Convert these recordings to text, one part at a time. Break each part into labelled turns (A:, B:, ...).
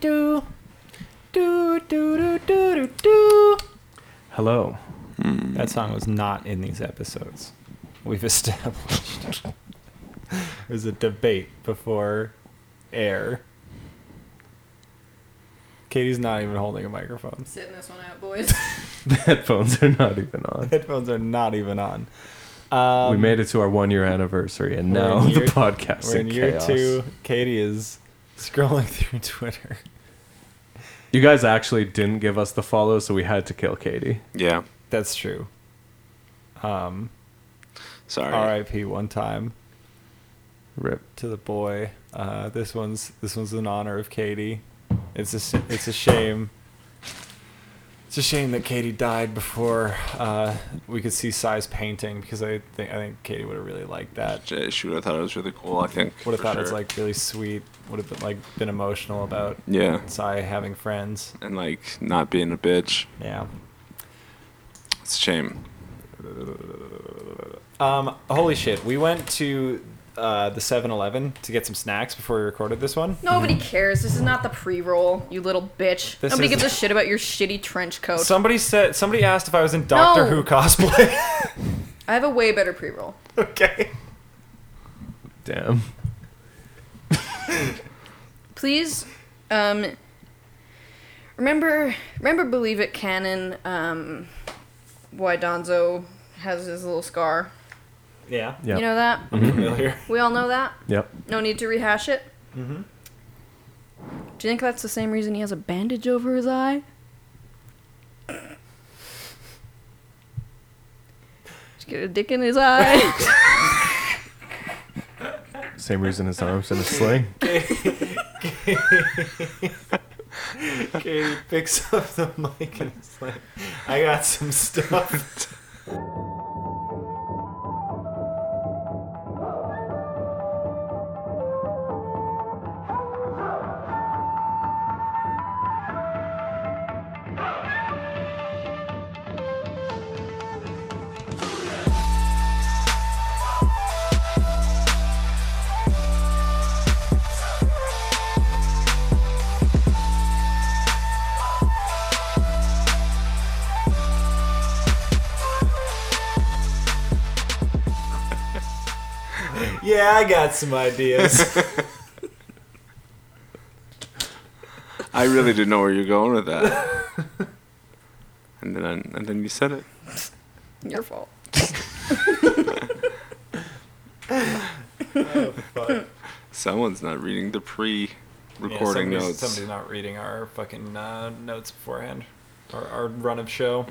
A: do. Do, do, do, do, do, do. Hello. That song was not in these episodes. We've established. it was a debate before air. Katie's not even holding a microphone.
B: Sitting this one out, boys.
C: The headphones are not even on.
A: Headphones are not even on. Um,
C: we made it to our one year anniversary, and
A: we're
C: now
A: in year-
C: the podcast
A: We're in year
C: chaos.
A: two. Katie is scrolling through Twitter.
C: You guys actually didn't give us the follow, so we had to kill Katie.
D: Yeah.
A: That's true. Um,
D: Sorry.
A: R.I.P. One time
C: Rip.
A: to the boy. Uh, this one's this one's in honor of Katie. It's a s- it's a shame. It's a shame that Katie died before uh, we could see Sai's painting because I think I think Katie would have really liked that.
D: J- She would have thought it was really cool. I think.
A: Would have
D: for
A: thought it's
D: sure.
A: like really sweet. Would have been like been emotional about
D: Yeah,
A: Sai having friends.
D: and like not being a bitch.
A: Yeah.
D: It's a shame.
A: Um, holy shit! We went to uh, the 7-Eleven to get some snacks before we recorded this one.
B: Nobody cares. This is not the pre-roll, you little bitch.
A: This
B: Nobody
A: is-
B: gives a shit about your shitty trench coat.
A: Somebody said somebody asked if I was in Doctor
B: No.
A: Who cosplay.
B: I have a way better pre-roll.
A: okay.
C: Damn.
B: Please, um, remember, remember, believe it, canon. Um, why Donzo has his little scar.
A: Yeah.
C: Yep.
B: You know that.
A: Familiar.
B: We all know that.
C: Yep.
B: No need to rehash it.
A: Mm-hmm.
B: Do you think that's the same reason he has a bandage over his eye? Just get a dick in his eye.
C: Same reason his arms in a sling.
A: Katie picks up the mic and it's like, "I got some stuff." yeah, I got some ideas.
D: I really didn't know where you're going with that. and then and then you said it.
B: Your fault.
A: Oh, But
D: Someone's not reading the pre-recording
A: yeah, somebody's-
D: notes.
A: Somebody's not reading our fucking uh, notes beforehand, or our run of show.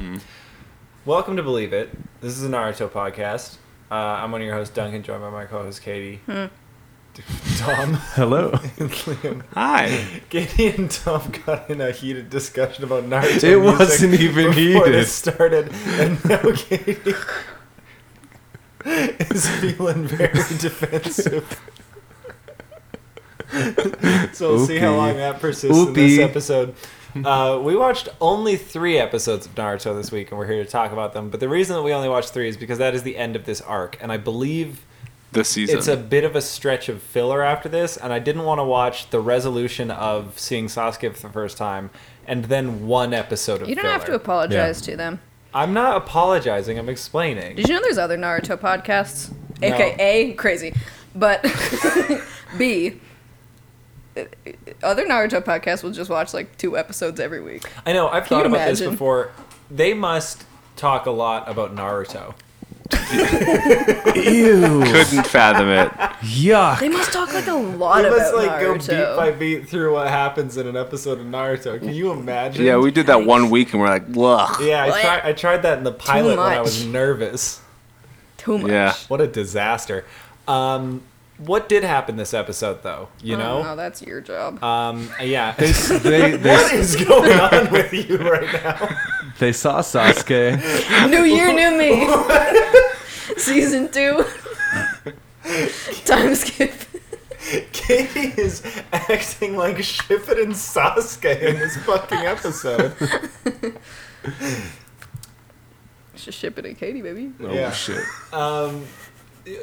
A: Welcome to Believe It. This is a Naruto podcast. Uh, I'm one of your hosts, Duncan, joined by my co-host Katie, Tom,
C: Hello.
A: and Liam.
D: Hi.
A: Katie and Tom got in a heated discussion about Naruto.
C: It
A: music
C: wasn't even
A: before
C: heated.
A: This started, and now Katie is feeling very defensive. so we'll see how
C: Oopie.
A: long that persists in this
C: Oopie.
A: episode. Uh, we watched only three episodes of Naruto this week, and we're here to talk about them. But the reason that we only watched three is because that is the end of this arc, and I believe
D: This season.
A: it's a bit of a stretch of filler after this, and I didn't want to watch the resolution of seeing Sasuke for the first time and then one episode of
B: You don't
A: filler.
B: have to apologize to them.
A: I'm not apologizing, I'm explaining.
B: Did you know there's other Naruto podcasts?
A: No.
B: AKA crazy. But B other Naruto podcasts will just watch like two episodes every week.
A: I know, I've
B: Can
A: thought
B: you
A: about this
B: imagine?
A: before. They must talk a lot about Naruto.
C: Ew.
D: Couldn't fathom it.
C: Yuck.
B: They must talk like a lot
A: They
B: about
A: must like go
B: Naruto.
A: beat by beat through what happens in an episode of Naruto. Can you imagine?
D: Yeah, we did that one week and we're like, ugh.
A: Yeah, I, try, I tried that in the pilot when I
B: much.
A: was nervous.
B: Too much.
D: Yeah.
A: What a disaster. Um, what did happen this episode, though? You know?
B: no, that's your job.
A: Um, yeah.
C: They, s- they, they,
A: what
C: s-
A: is going on with you right now?
C: they saw Sasuke.
B: new year, new me. Season two. Time skip.
A: Katie is acting like Shippuden and Sasuke in this fucking episode.
B: It's just shipping it, Katie, baby.
C: Oh
A: Yeah.
C: shit.
A: Um,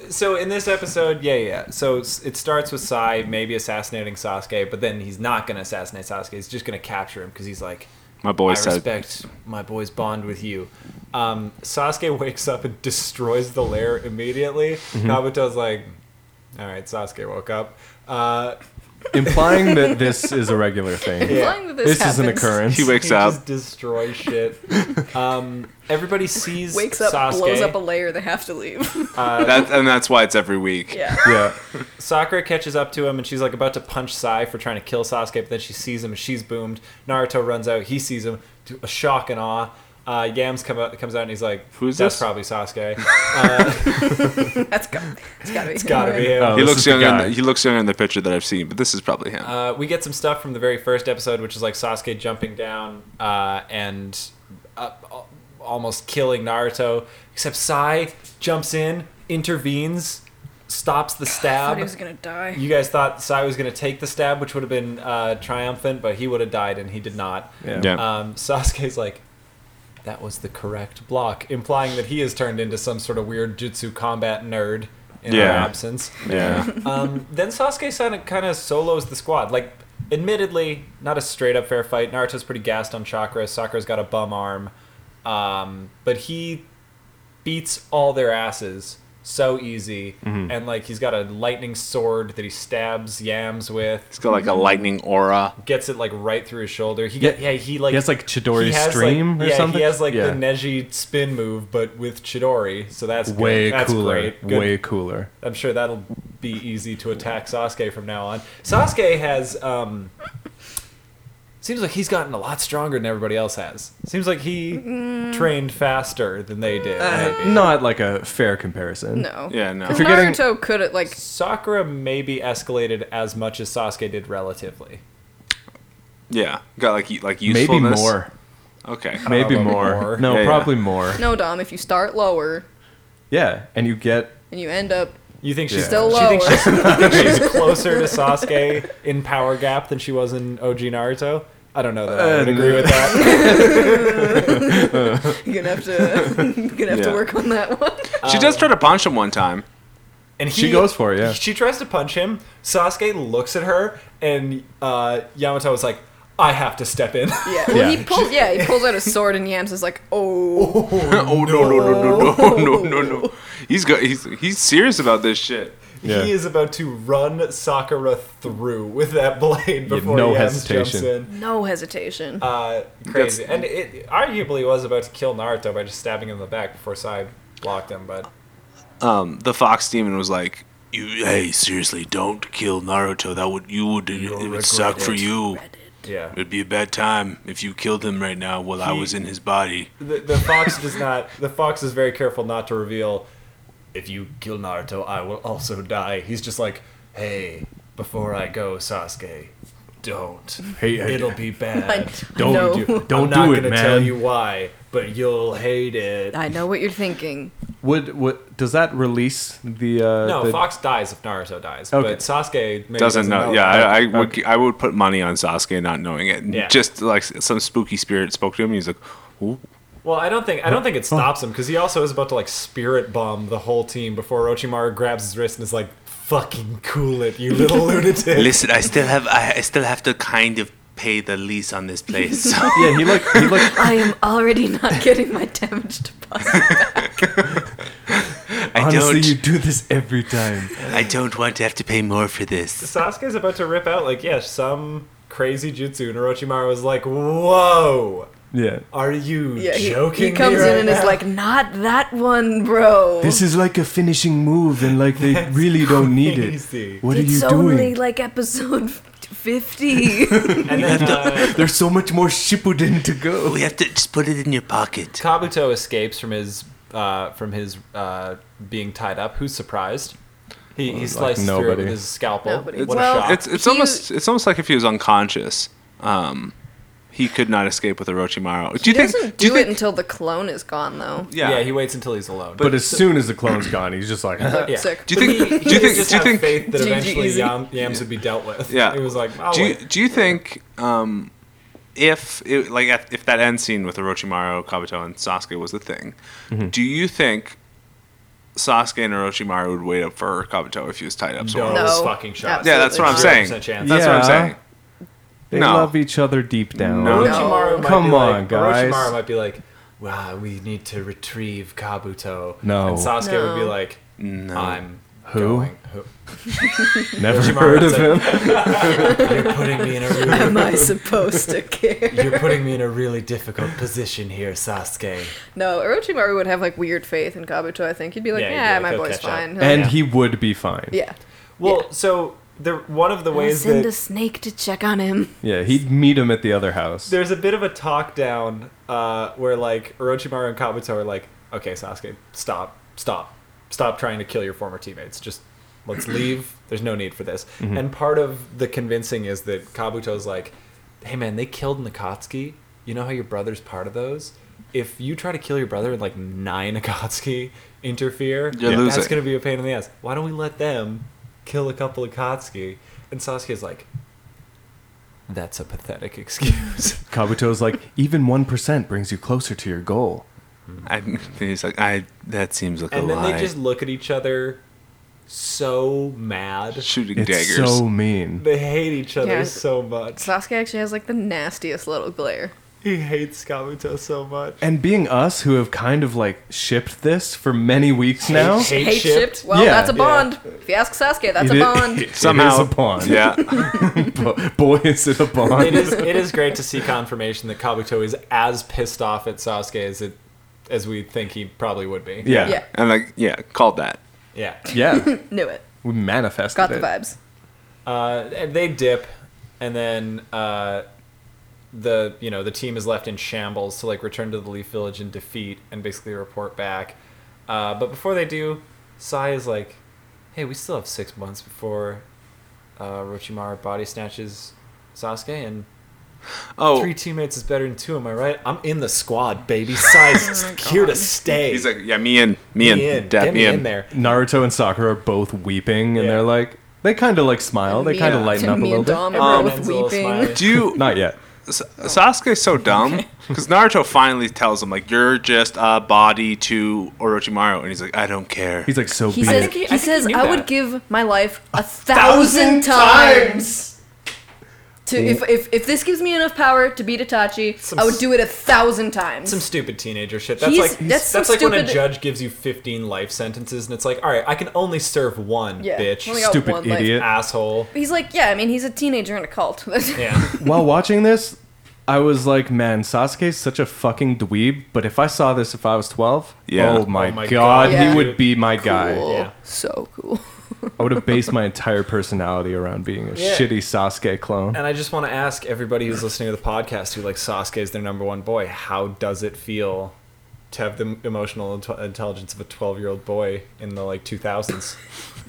A: so in this episode, yeah, yeah. So s- it starts with Sai maybe assassinating Sasuke, but then he's not going to assassinate Sasuke. He's just going to capture him because he's like,
D: My boy
A: I
D: said,
A: respect my boy's bond with you. Um, Sasuke wakes up and destroys the lair immediately. Kabuto's like, all right, Sasuke woke up. Uh,
C: Implying that this is a regular thing.
A: Yeah.
B: Implying that
C: This,
B: this,
C: is an
B: happens.
C: occurrence.
D: he wakes
A: he
D: up.
A: just destroys shit. Um, everybody sees
B: Wakes up,
A: Sasuke.
B: blows up a layer. They have to leave.
D: That, and that's why it's every week.
B: yeah.
C: yeah.
A: Sakura catches up to him and she's like about to punch Sai for trying to kill Sasuke, but then she sees him and she's boomed. Naruto runs out, he sees him, to a shock and awe. Uh, Yams come out, comes out and he's like,
D: Who's
A: That's
D: this?"
A: probably Sasuke.
B: That's got. It's gotta be. It's
A: Gotta be him.
C: Oh,
D: He
C: this
D: looks
C: is the
D: young. In
C: guy.
D: the, he looks young in the picture that I've seen, but this is probably him.
A: Uh, we get some stuff from the very first episode, which is like Sasuke jumping down uh, and uh, al- almost killing Naruto. Except Sai jumps in, intervenes, stops the
B: I
A: stab.
B: thought he was gonna die.
A: You guys thought Sai was going to take the stab, which would have been uh, triumphant, but he would have died, and he did not.
C: Yeah.
D: Yeah.
A: Um, Sasuke's like, that was the correct block, implying that he has turned into some sort of weird jutsu combat nerd in our
D: Yeah.
A: absence.
D: yeah.
A: Um, then Sasuke kind of solos the squad. Like, admittedly, not a straight up fair fight. Naruto's pretty gassed on chakra. Sakura's got a bum arm. Um, but he beats all their asses so easy.
C: Mm-hmm.
A: And, like, he's got a lightning sword that he stabs yams with.
D: He's got like a lightning aura.
A: Gets it, like, right through his shoulder. He get, yeah,
C: Yeah.
A: he, like,
C: he has like
A: he
C: Chidori's
A: has,
C: stream
A: like,
C: or
A: yeah,
C: something.
A: he has like
C: Yeah.
A: the Neji spin move, but with Chidori. So that's good.
C: way
A: That's
C: cooler.
A: Great. Good
C: Way cooler.
A: I'm sure that'll be easy to attack Sasuke from now on. Sasuke has um seems like he's gotten a lot stronger than everybody else has. Seems like he
B: Mm-hmm.
A: trained faster than they did.
B: Uh,
A: maybe.
C: Not like a fair comparison.
B: No.
D: Yeah, no.
B: Oh. If
C: If you're getting-
B: Naruto could have like
A: Sakura maybe escalated as much as Sasuke did relatively.
D: Yeah, got like e- like
C: Maybe
D: usefulness.
C: more.
D: Okay.
C: Maybe
A: Probably
C: more.
A: more.
C: No,
D: Yeah, yeah.
C: probably more.
B: no Dom. If you start lower
C: Yeah, and you get
B: and you end up
A: You think she's
C: Yeah.
B: still
A: she
B: lower,
A: thinks she's, you think she's closer to Sasuke in power gap than she was in OG Naruto? I don't know that I would
C: Uh,
A: agree with that.
B: you're gonna have to you're gonna have
D: Yeah.
B: to work on that one.
D: She does try to punch him one time.
A: And he,
C: She goes for it, yeah.
A: She tries to punch him. Sasuke looks at her, and uh, Yamato is like, "I have to step in."
B: Yeah. Well,
C: Yeah.
B: he pulls. Yeah, he pulls out his sword, and Yams is like, "Oh,
D: oh no no no no no no no! He's got he's he's serious about this shit.
C: Yeah.
A: He is about to run Sakura through with that blade before
C: no
A: Yams jumps
C: hesitation.
A: in.
B: no hesitation."
A: Uh, crazy, and it arguably was about to kill Naruto by just stabbing him in the back before Sai blocked him. But
D: Um, the fox demon was like, "You hey, seriously, don't kill Naruto. That would you would it,
A: You'll
D: would suck
A: regret
D: for
A: it."
D: you.
A: yeah,
D: It'd be a bad time if you killed him right now while I
A: He-
D: was in his body."
A: the, the fox does not. The fox is very careful not to reveal. If you kill Naruto, I will also die. He's just like, hey, before I go, Sasuke, don't.
C: Hey, hey,
A: It'll be bad.
B: I,
C: don't
B: know,
C: do don't
A: I'm not
C: do it,
A: gonna
C: man.
A: tell you why, but you'll hate it.
B: I know what you're thinking.
C: Would what does that release the uh
A: No,
C: the,
A: Fox dies if Naruto dies,
C: Okay.
A: but Sasuke maybe
D: Doesn't know. Yeah,
A: that.
D: I, I would I would put money on Sasuke not knowing it.
A: Yeah.
D: Just like some spooky spirit spoke to him. He's like, "Ooh,
A: Well, I don't think I don't think it stops him because he also is about to like spirit bomb the whole team before Orochimaru grabs his wrist and is like, "Fucking cool it, you little lunatic."
D: listen, I still have I, I still have to kind of pay the lease on this place."
C: Yeah, he like he like
B: I am already not getting my damage deposit.
D: I
C: honestly you do this every time.
D: I don't want to have to pay more for this.
A: Sasuke's about to rip out like yeah some crazy jutsu, and Orochimaru is like, "Whoa,
C: Yeah.
A: are you
B: Yeah, he,
A: joking?"
B: he comes
A: me
B: in
A: right
B: and
A: now?
B: is like, "Not that one, bro."
C: This is like a finishing move and like they really don't need
A: crazy.
C: it. What
B: it's
C: are you doing?
B: only like episode fifty.
A: and then uh,
C: There's so much more Shippuden to go.
E: We have to just put it in your pocket.
A: Kabuto escapes from his uh, from his uh, being tied up. Who's surprised? He, he slices through it
C: nobody.
A: with his scalpel.
B: Nobody.
A: What
B: Well,
A: a shock!
D: It's it's
B: He-
D: almost it's almost like if he was unconscious, um, he could not escape with Orochimaru. Do
B: he
D: you think?
B: doesn't
D: do you
B: do it
D: think?
B: until the clone is gone, though.
A: yeah.
D: Yeah.
A: he waits until he's alone.
C: But as soon as the clone's gone, he's just like
B: Like,
A: yeah.
B: Sick.
D: Do you think-
A: But he,
D: do
A: he
D: you think-
A: just
D: do you
A: have
D: think-
A: faith that
B: GG
A: eventually
B: easy.
A: Yam, Yams would be dealt with?
D: Yeah.
A: He was like, oh,
D: do you,
A: wait.
D: do you think um, if it, like at- if
C: Mm-hmm.
D: that end scene with Orochimaru, Kabuto, and Sasuke was the thing, do you think Sasuke and Orochimaru would wait up for Kabuto if he was tied up somewhere.
B: No.
A: fucking shot.
D: Yeah, that's what I'm saying.
A: 0%
D: That's
A: chance.
D: what
C: Yeah.
D: I'm saying.
C: They
D: No.
C: love each other deep down.
D: No.
A: Orochimaru might
C: Come
A: be like,
C: on, guys.
A: Orochimaru might be like, "Wow, we need to retrieve Kabuto."
C: No.
A: And Sasuke would be
B: No.
A: like,
D: No.
A: "I'm
C: Who?
A: going. Who?
C: Never
A: Orochimaru
C: heard of
A: said-
C: him.
A: You're putting me in a really,
B: Am I supposed to care?
A: you're putting me in a really difficult position here, Sasuke."
B: No, Orochimaru would have like weird faith in Kabuto. I think he'd be like,
A: Yeah,
B: yeah,
A: he'd be like,
B: my
A: "He'll
B: boy's
A: catch up."
B: fine. He'll-
C: And
A: Yeah.
C: he would be fine.
B: yeah,
A: Well, so the one of the ways
F: Send
A: that
F: a snake to check on him.
C: Yeah, he'd meet him at the other house.
A: there's a bit of a talk down uh, where like Orochimaru and Kabuto are like, "Okay, Sasuke, stop, stop, stop trying to kill your former teammates. Just let's leave. There's no need for this."
D: Mm-hmm.
A: And part of the convincing is that Kabuto's like, "Hey man, they killed Nakatsuki. You know how your brother's part of those. If you try to kill your brother and like nine Akatsuki interfere,
D: You're
A: that's
D: losing.
A: gonna be a pain in the ass. Why don't we let them kill a couple of Akatsuki?" And Sasuke's like. That's a pathetic excuse.
C: Kabuto's like, even 1% brings you closer to your goal.
D: I, he's like, I. That seems like
A: and
D: a
A: then
D: lie.
A: they just look at each other so mad
D: Shooting
C: It's
D: daggers.
C: so mean.
A: they hate each other
B: Yeah.
A: so much
B: Sasuke actually has like the nastiest little glare.
A: he hates kabuto so much
C: And being us who have kind of like shipped this for many weeks now,
A: Hate- hate
B: Hate
A: shipped?
B: shipped? Well,
C: Yeah.
B: that's a bond. If you ask Sasuke, that's
C: It
B: a
C: i-
B: bond.
C: it is
D: Somehow.
C: a bond.
D: yeah.
C: Bo- boy, is it a bond.
A: it is it is great to see confirmation that kabuto is as pissed off at sasuke as it as we think he probably would be
C: Yeah.
B: Yeah.
C: Yeah.
D: And like, yeah, called that.
A: yeah
B: Knew it.
C: We manifested
B: Got the
C: it.
B: vibes.
A: uh, and they dip and then uh the you know the team is left in shambles to like return to the leaf village in defeat and basically report back uh, but before they do sai is like hey we still have six months before uh, rochimaru body snatches sasuke and
D: Oh,
A: three teammates is better than two am i right i'm in the squad baby
B: Oh
A: sai's here to stay
D: he's like, yeah, me in, me,
A: Get
D: in,
A: me in,
D: Dad,
A: get me in there
C: Naruto and Sakura are both weeping, and
A: Yeah.
C: they're like, they kind of like smile. They
B: Me
C: kind of
B: and-
C: lighten up a
B: me
C: little
B: and
C: bit.
B: Dom
A: Everyone
B: are both
A: ends a little
B: weeping.
A: smiling.
D: Do you?
C: Not yet.
D: S-
B: Oh.
D: Sasuke's so dumb because Naruto finally tells him like, you're just a body to Orochimaru, and he's like, I don't care.
C: He's like, so
B: He
C: be
B: says,
C: it.
A: he- I
B: he,
A: think he
B: says,
A: knew
B: I
A: that.
B: would give my life a thousand times. To, if, if, if this gives me enough power to beat Itachi,
A: Some
B: I would
A: s-
B: do it a thousand times.
A: some stupid teenager shit. That's
B: He's-
A: like that's,
B: that's some
A: like when a
B: stupid-
A: judge gives you 15 life sentences and it's like, "All right, I can only serve one,
B: Yeah, Oh
A: bitch."
B: only got
C: Stupid
B: one leg.
C: idiot.
A: asshole.
B: He's like, yeah, I mean, he's a teenager in a cult.
A: Yeah.
C: While watching this, I was like, man, Sasuke's such a fucking dweeb, but if I saw this if I was 12,
D: Yeah.
C: oh my,
A: Oh my
C: god,
A: God,
B: Yeah.
C: he would be my guy.
B: Cool.
A: Yeah.
B: So cool.
C: I would have based my entire personality around being a
A: Yeah.
C: shitty Sasuke clone.
A: and I just want to ask everybody who's listening to the podcast who like Sasuke is their number one boy, how does it feel to have the emotional int- intelligence of a 12-year-old boy in the like 2000s?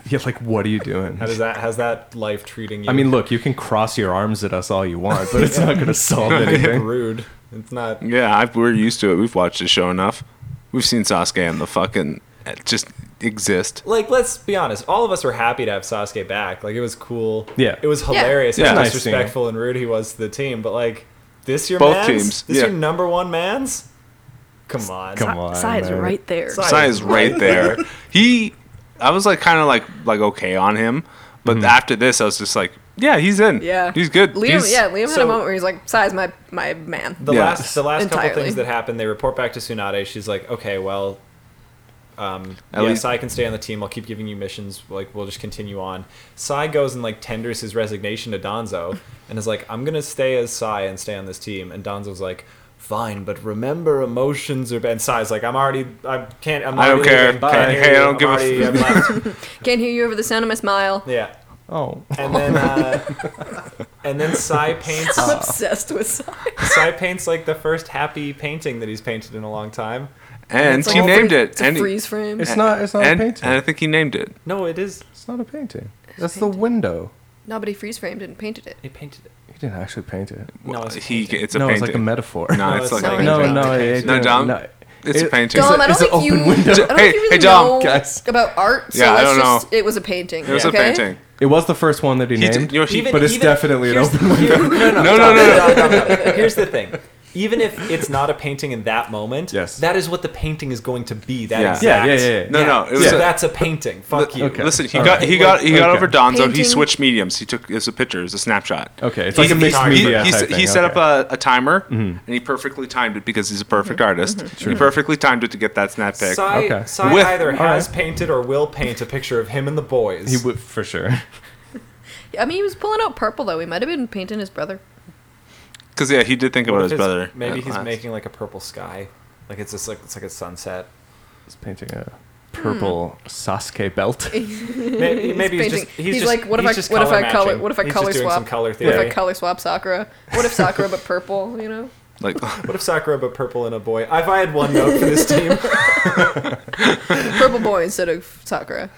C: Yeah, like, what are you doing?
A: How does that how's that life treating you?
C: I mean, look, you can cross your arms at us all you want, but it's not going to solve anything.
A: rude. It's not
D: yeah, I've, we're used to it. We've watched the show enough. We've seen Sasuke and the fucking uh, just exist.
A: like let's be honest all of us were happy to have sasuke back like it was cool
C: Yeah.
A: it was hilarious
D: Yeah.
A: how
D: Yeah.
C: Nice seeing
A: disrespectful and rude he was to the team but like this your man's
D: Both teams,
A: this
D: yeah.
A: your number one man's come on
C: Come on.
F: Sai is
C: man.
F: right there.
A: Sai-
D: Sai is right there. He, I was like kind of like like okay on him, but
C: Mm-hmm.
D: after this, I was just like, yeah, he's in.
B: Yeah.
D: he's good.
B: Liam,
D: He's-
B: yeah, Liam had
A: so-
B: a moment where he's like, Sai's my, my man.
A: the
D: Yeah.
A: last the last couple
B: Entirely.
A: things that happened they report back to sunade she's like okay well um
D: At
A: yeah,
D: least-
A: sai can stay on the team i'll keep giving you missions like we'll just continue on sai goes and like tenders his resignation to donzo and is like i'm gonna stay as sai and stay on this team and donzo's like fine but remember emotions are bad and sai's like i'm already i can't i'm
D: I don't
A: already
D: care.
A: leaving. Bye.
D: Can't- hey, I don't
A: I'm
D: give a
A: already-
D: f-
A: I'm left."
B: Can't hear you over the sound of my smile.
A: yeah
C: Oh.
A: and then uh, and then sai paints
B: I'm obsessed with Sai.
A: sai paints like the first happy painting that he's painted in a long time
D: and
B: It's like
D: he
B: a
D: named
B: free-
D: it.
B: It's a
D: and he-
B: freeze frame.
C: It's not, it's not
D: and,
C: a
D: and
C: painting.
D: I think he named it.
A: no it is
C: It's not a painting. That's the window.
B: Nobody freeze framed it and painted it.
A: He painted it.
C: He didn't actually paint it.
A: No, it's a
D: he.
A: painting.
D: It's a
C: no,
D: painting.
C: it's like a metaphor.
D: no,
A: it's
D: it's, like
B: not
D: a
B: a
D: painting.
C: no,
B: painting.
C: no, it,
D: No, Dom,
C: no.
D: it's a
C: It-
D: painting.
C: it's
B: Dom,
C: a-
B: I
C: it's
B: don't
C: an
B: think you.
C: open window.
B: I don't
D: Hey,
B: think you really
D: hey, Dom,
B: know
C: guys.
B: about art. So
D: Yeah, I
B: let's
D: don't
B: just,
D: know.
B: It was a painting.
D: It was
B: okay?
D: a painting.
C: It was the first one that he
D: He
C: named,
D: did- you're- he-
C: but it's definitely an
A: here's
C: open
A: the- here- no, no,
D: No, no, no, no.
A: no, no, no. Here's the thing. even if it's not a painting in that moment,
C: Yes.
A: that is what the painting is going that is
D: Yeah.
A: exact.
C: Yeah, yeah, yeah, yeah.
D: No, no, it was
A: so
D: a-
A: that's a painting. Fuck you.
C: okay.
D: Listen, he
C: All
D: got
A: right.
D: he got he got
C: Okay.
D: over Donzo. He
B: Painting.
D: switched mediums. He took it was a picture, it was a snapshot.
C: Okay, it's
D: He-
C: like a
D: he-
C: mixed
D: he-
C: media
D: He,
C: type
D: he,
C: thing,
D: set
C: okay. Mm-hmm.
D: up a, a timer and he perfectly timed it because he's a perfect artist. He perfectly timed it to get that snap pic.
A: Sai,
C: Okay.
A: Sai
D: With-
A: either
C: all
A: has
C: right.
A: painted or will paint a picture of him and the boys.
C: He would for sure.
B: I mean, he was pulling out purple though. He might have been painting his brother.
D: Because yeah, he did think
A: What
D: about
A: if
D: his
A: it's-
D: brother.
A: Maybe
D: at
A: he's
D: last.
A: making like a purple sky, like it's just like it's like a sunset.
C: He's painting
B: Hmm.
C: a purple Sasuke belt.
A: Maybe, maybe he's,
B: painting.
A: just he's, just-
B: like, what if
A: he's
B: I
A: just
B: what if I
A: color
B: color
A: matching.
B: what if I
A: He's just
B: color
A: doing
B: swap
A: some color
B: what if
A: theory.
B: I color swap Sakura? What if Sakura but purple? You know,
D: like
A: What if Sakura but purple and a boy? If I had one note for this team,
B: purple boy instead of Sakura.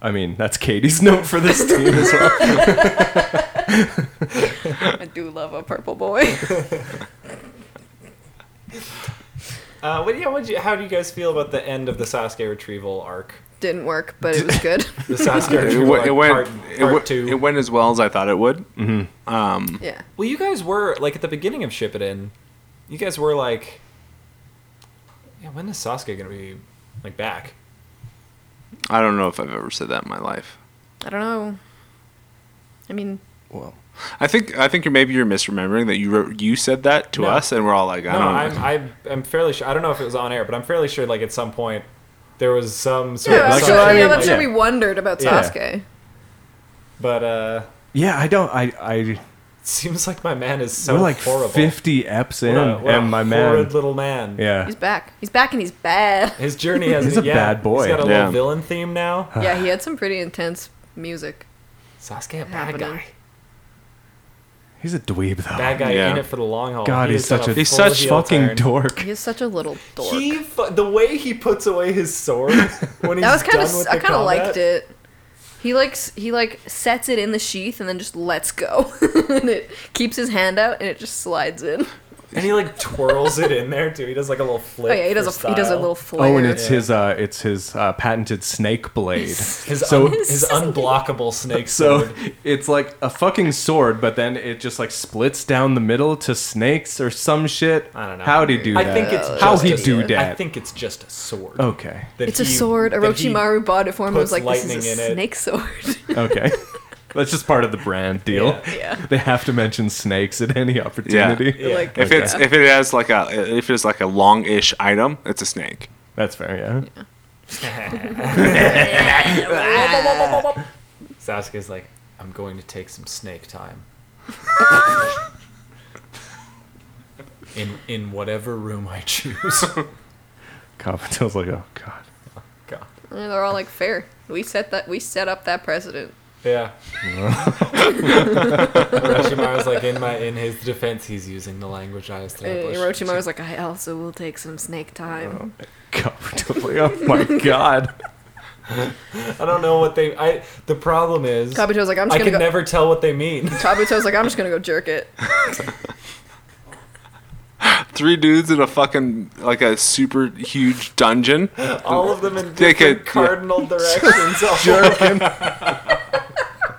C: I mean, that's Katie's note for this team as well.
B: I do love a purple boy.
A: uh, what, yeah, what you, how do you guys feel about the end of the Sasuke retrieval arc?
B: Didn't work, but it was good.
A: The Sasuke
D: it,
A: retrieval
D: went-
A: arc
D: it went
A: part,
D: it,
A: part
D: went,
A: two.
D: it went as well as I thought it would.
B: Yeah.
A: well, you guys were like at the beginning of Shippuden, you guys were like, yeah, when is Sasuke gonna be like back?
D: I don't know if I've ever said that in my life.
B: I don't know. I mean,
C: Well,
D: I think I think you're maybe you're misremembering that you wrote, you said that to
A: No.
D: us and we're all like I
A: No,
D: don't know.
A: I'm, I'm I'm fairly sure. I don't know if it was on air, but I'm fairly sure like at some point there was some sort of
B: yeah, I'm
C: like-
B: sure,
A: assumption,
C: I
B: yeah,
C: mean,
B: I'm sure
C: yeah.
B: we wondered about
A: Yeah.
B: Sasuke.
A: but uh,
C: yeah, I don't. I I
A: it seems like my man is so
C: we're like
A: horrible.
C: fifty eps in,
A: What a- what a
C: and my man.
A: horrid little man.
C: Yeah,
B: He's back. He's back and he's bad.
A: His journey hasn't.
C: He's a
A: yeah,
C: bad boy.
A: He's got a
D: Yeah.
A: little villain theme now.
B: yeah, he had some pretty intense music.
A: Sasuke, a bad
B: Happening.
A: guy.
C: he's a dweeb though.
A: Bad guy
D: Yeah.
A: in it for the long haul.
C: God,
A: He
C: he's
A: has done
C: such a
D: He's
A: full
D: such
A: heel
C: fucking
A: turn.
C: dork.
B: He is such a little dork.
A: He fu- the way he puts away his sword when he's
B: that was kind
A: done
B: of
A: with
B: I
A: the
B: kind of
A: combat.
B: liked it. He likes he like sets it in the sheath and then just lets go, and it keeps his hand out and it just slides in.
A: and he like twirls it in there too. He does like a little flip.
B: Oh yeah, he does
A: for
B: a he does a
A: style.
B: little flare.
C: Oh, and it's his uh, it's his uh, patented snake blade.
A: His,
C: So-
A: un- his unblockable snake
C: So
A: sword.
C: it's like a fucking sword, but then it just like splits down the middle to snakes or some shit.
A: I don't know.
C: How'd he do
A: I
C: that?
A: think
B: Oh,
A: it's
C: How'd
A: just
C: he
A: a-
C: do that? Oh.
A: I think it's just a sword.
C: okay.
A: That
B: It's a
A: he-
B: sword.
A: that he-
B: Orochimaru bought it for him. and was
A: puts
B: like, this
A: lightning
B: is
A: in
B: a
A: it."
B: snake sword.
C: Okay. That's just part of the brand deal.
A: Yeah.
B: Yeah.
C: They have to mention snakes at any opportunity.
A: Yeah.
B: Like-
D: if it's if it has like a if it's like a long-ish item, it's a snake.
C: That's fair, yeah.
A: Sasuke's like, I'm going to take some snake time. in in whatever room I choose.
C: Kabuto's like, oh god.
A: God.
B: And they're all like, fair. We set that. We set up that precedent.
A: Yeah. Orochimaru's like in my in his defense he's using the language I
B: And
A: established.
B: Orochimaru's like, I also will take some snake time.
A: Oh.
C: Kabuto's like, oh my god.
A: I don't know what they I the problem is
B: Kabuto's like, I'm
A: I
B: just
A: can
B: gonna go.
A: never tell what they mean.
B: Kabuto's like, I'm just gonna go jerk it.
D: Three dudes in a fucking like a super huge dungeon.
A: All of them in
D: They
A: different
D: could-
A: cardinal directions. all-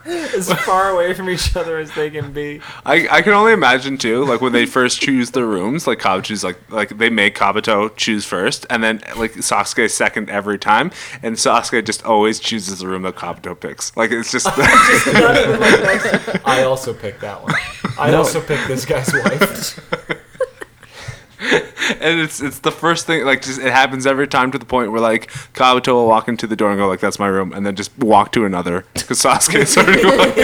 A: as far away from each other as they can be.
D: I, I can only imagine too, like when they first choose their rooms, like Kabuto's like like they make Kabuto choose first, and then like Sasuke second every time, and Sasuke just always chooses the room that Kabuto picks. Like it's just
A: I also picked that one. I also picked this guy's wife.
D: and it's it's the first thing like just it happens every time to the point where like Kabuto will walk into the door and go like that's my room, and then just walk to another because Sasuke is already like,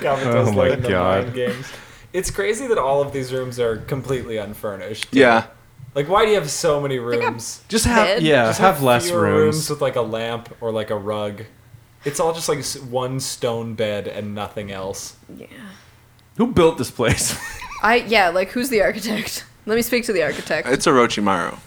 A: Kabuto's
C: Oh my
A: playing the
C: God.
A: mind games. It's crazy that all of these rooms are completely unfurnished.
D: yeah.
A: Like, why do you have so many rooms?
C: Just have
B: Bed?
C: yeah,
A: Just
C: have, less
A: fewer
C: rooms.
A: with like a lamp or like a rug. It's all just like s- one stone bed and nothing else.
B: Yeah.
C: Who built this place?
B: I yeah. Like, who's the architect? Let me speak to the architect.
D: It's Orochimaru.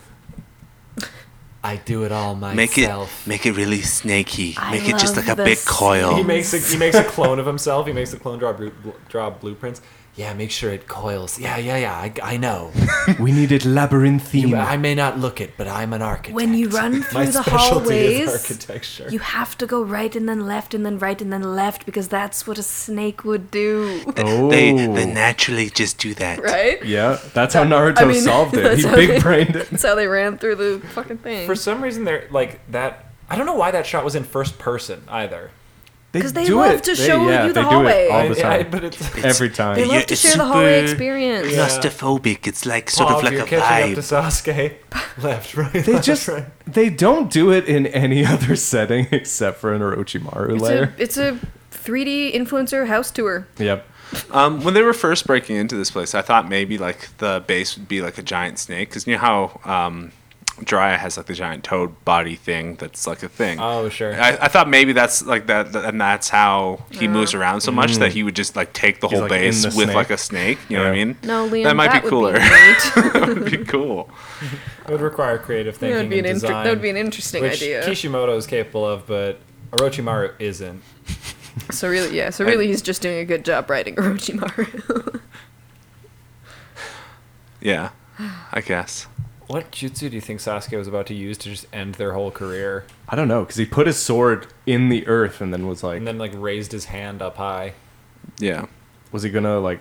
A: I do it all myself.
E: Make it, make it really snaky.
F: I
E: make it just
F: love
E: like a big
F: this.
E: coil.
A: He makes a, he makes a clone of himself. He makes a clone draw bru- bl- draw blueprints.
G: Yeah, make sure it coils. Yeah, yeah, yeah. I, I know.
C: we needed labyrinthine.
G: You- I may not look it, but I'm an architect.
F: When you run through
A: My
F: the
A: specialty
F: hallways,
A: is architecture.
F: you have to go right and then left and then right and then left because that's what a snake would do.
C: oh.
E: They, they naturally just do that.
B: right?
C: yeah, that's how Naruto
B: That- I mean,
C: solved it.
B: that's
C: He
B: how
C: big brained it.
B: That's how they ran through the fucking thing.
A: For some reason, they're like that. I don't know why that shot was in first person either.
F: 'Cause they love to show you the
C: they
F: hallway.
C: Do it all
A: I-
C: the
A: I-
C: time.
A: but it's like,
C: Every
F: They
C: time.
F: love
E: Yeah,
F: to
E: it's
F: share the hallway
E: super-
F: experience.
A: Yeah.
E: Claustrophobic. It's like sort
A: Bob,
E: of like
A: you're
E: a
A: catching
E: vibe.
A: up to Sasuke. Left, right.
C: They
A: left,
C: just
A: right.
C: they don't do it in any other setting except for an Orochimaru
B: it's a,
C: lair.
B: it's a 3D influencer house tour.
C: Yep.
D: Um, when they were first breaking into this place, I thought maybe like the base would be like a giant snake because you know how um, Jiraiya has like the giant toad body thing that's like a thing.
C: Uh,
A: Oh, sure.
D: I, I thought maybe that's like that, that- and that's how he moves around so much that he would just like take the whole
C: like, in
D: base
C: the
D: with
C: snake.
D: like a snake. You know what I
C: Yeah.
D: mean?
B: No, Liam,
D: that might be cooler.
B: Would be neat.
D: that would be cool.
A: It would require creative
B: that
A: thinking
B: would be an
A: and
B: inter-
A: design.
B: that would be an interesting
A: which
B: idea.
A: Kishimoto is capable of, but Orochimaru isn't.
B: so really, yeah. So really, he's just doing a good job writing Orochimaru.
D: Yeah, I guess.
A: What jutsu do you think Sasuke was about to use to just end their whole career?
C: I don't know because he put his sword in the earth and then was like,
A: And then like raised his hand up high.
D: Yeah.
C: was he gonna like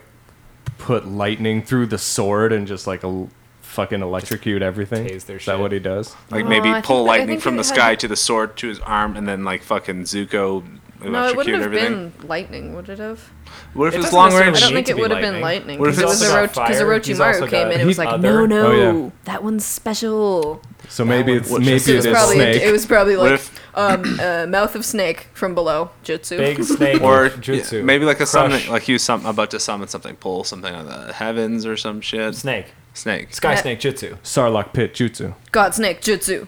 C: put lightning through the sword and just like a fucking electrocute everything?
A: tase their
C: Is that
A: shit.
C: what he does?
D: Like
B: Oh,
D: maybe pull
B: I think that- I
D: lightning
B: think
D: from
B: it
D: the
B: had-
D: sky to the sword to his arm, and then like fucking Zuko electrocute
B: no, it wouldn't have
D: everything.
B: been lightning, would it have?
D: What if
A: It
D: it's
A: doesn't
D: long
A: necessarily
D: range?
B: I don't
A: need
B: think
A: to
B: it
A: be
B: would have been
A: lightning.
B: lightning
D: What if
B: because it
D: it's
B: was
D: also
B: Ero-
A: got fire?
B: because
A: He's also
B: Orochimaru
A: got-
B: came in and was like,
A: Other-
B: no, no,
C: Oh, yeah.
F: That one's special.
C: So maybe
A: one-
C: it's
A: what-
C: maybe
A: just
C: it
B: So it was
C: is
B: probably
C: snake.
B: it was probably
D: What
B: like
D: if-
B: um, uh, mouth of snake from below jutsu.
A: Big snake
D: or
A: jutsu.
D: yeah, maybe like a
A: Crush.
D: summon, like he was some, about to summon something, pull something out of the heavens or some shit.
A: snake.
D: Snake.
A: Sky
B: Yeah.
A: snake jutsu.
C: Sarlacc pit jutsu.
B: God snake jutsu.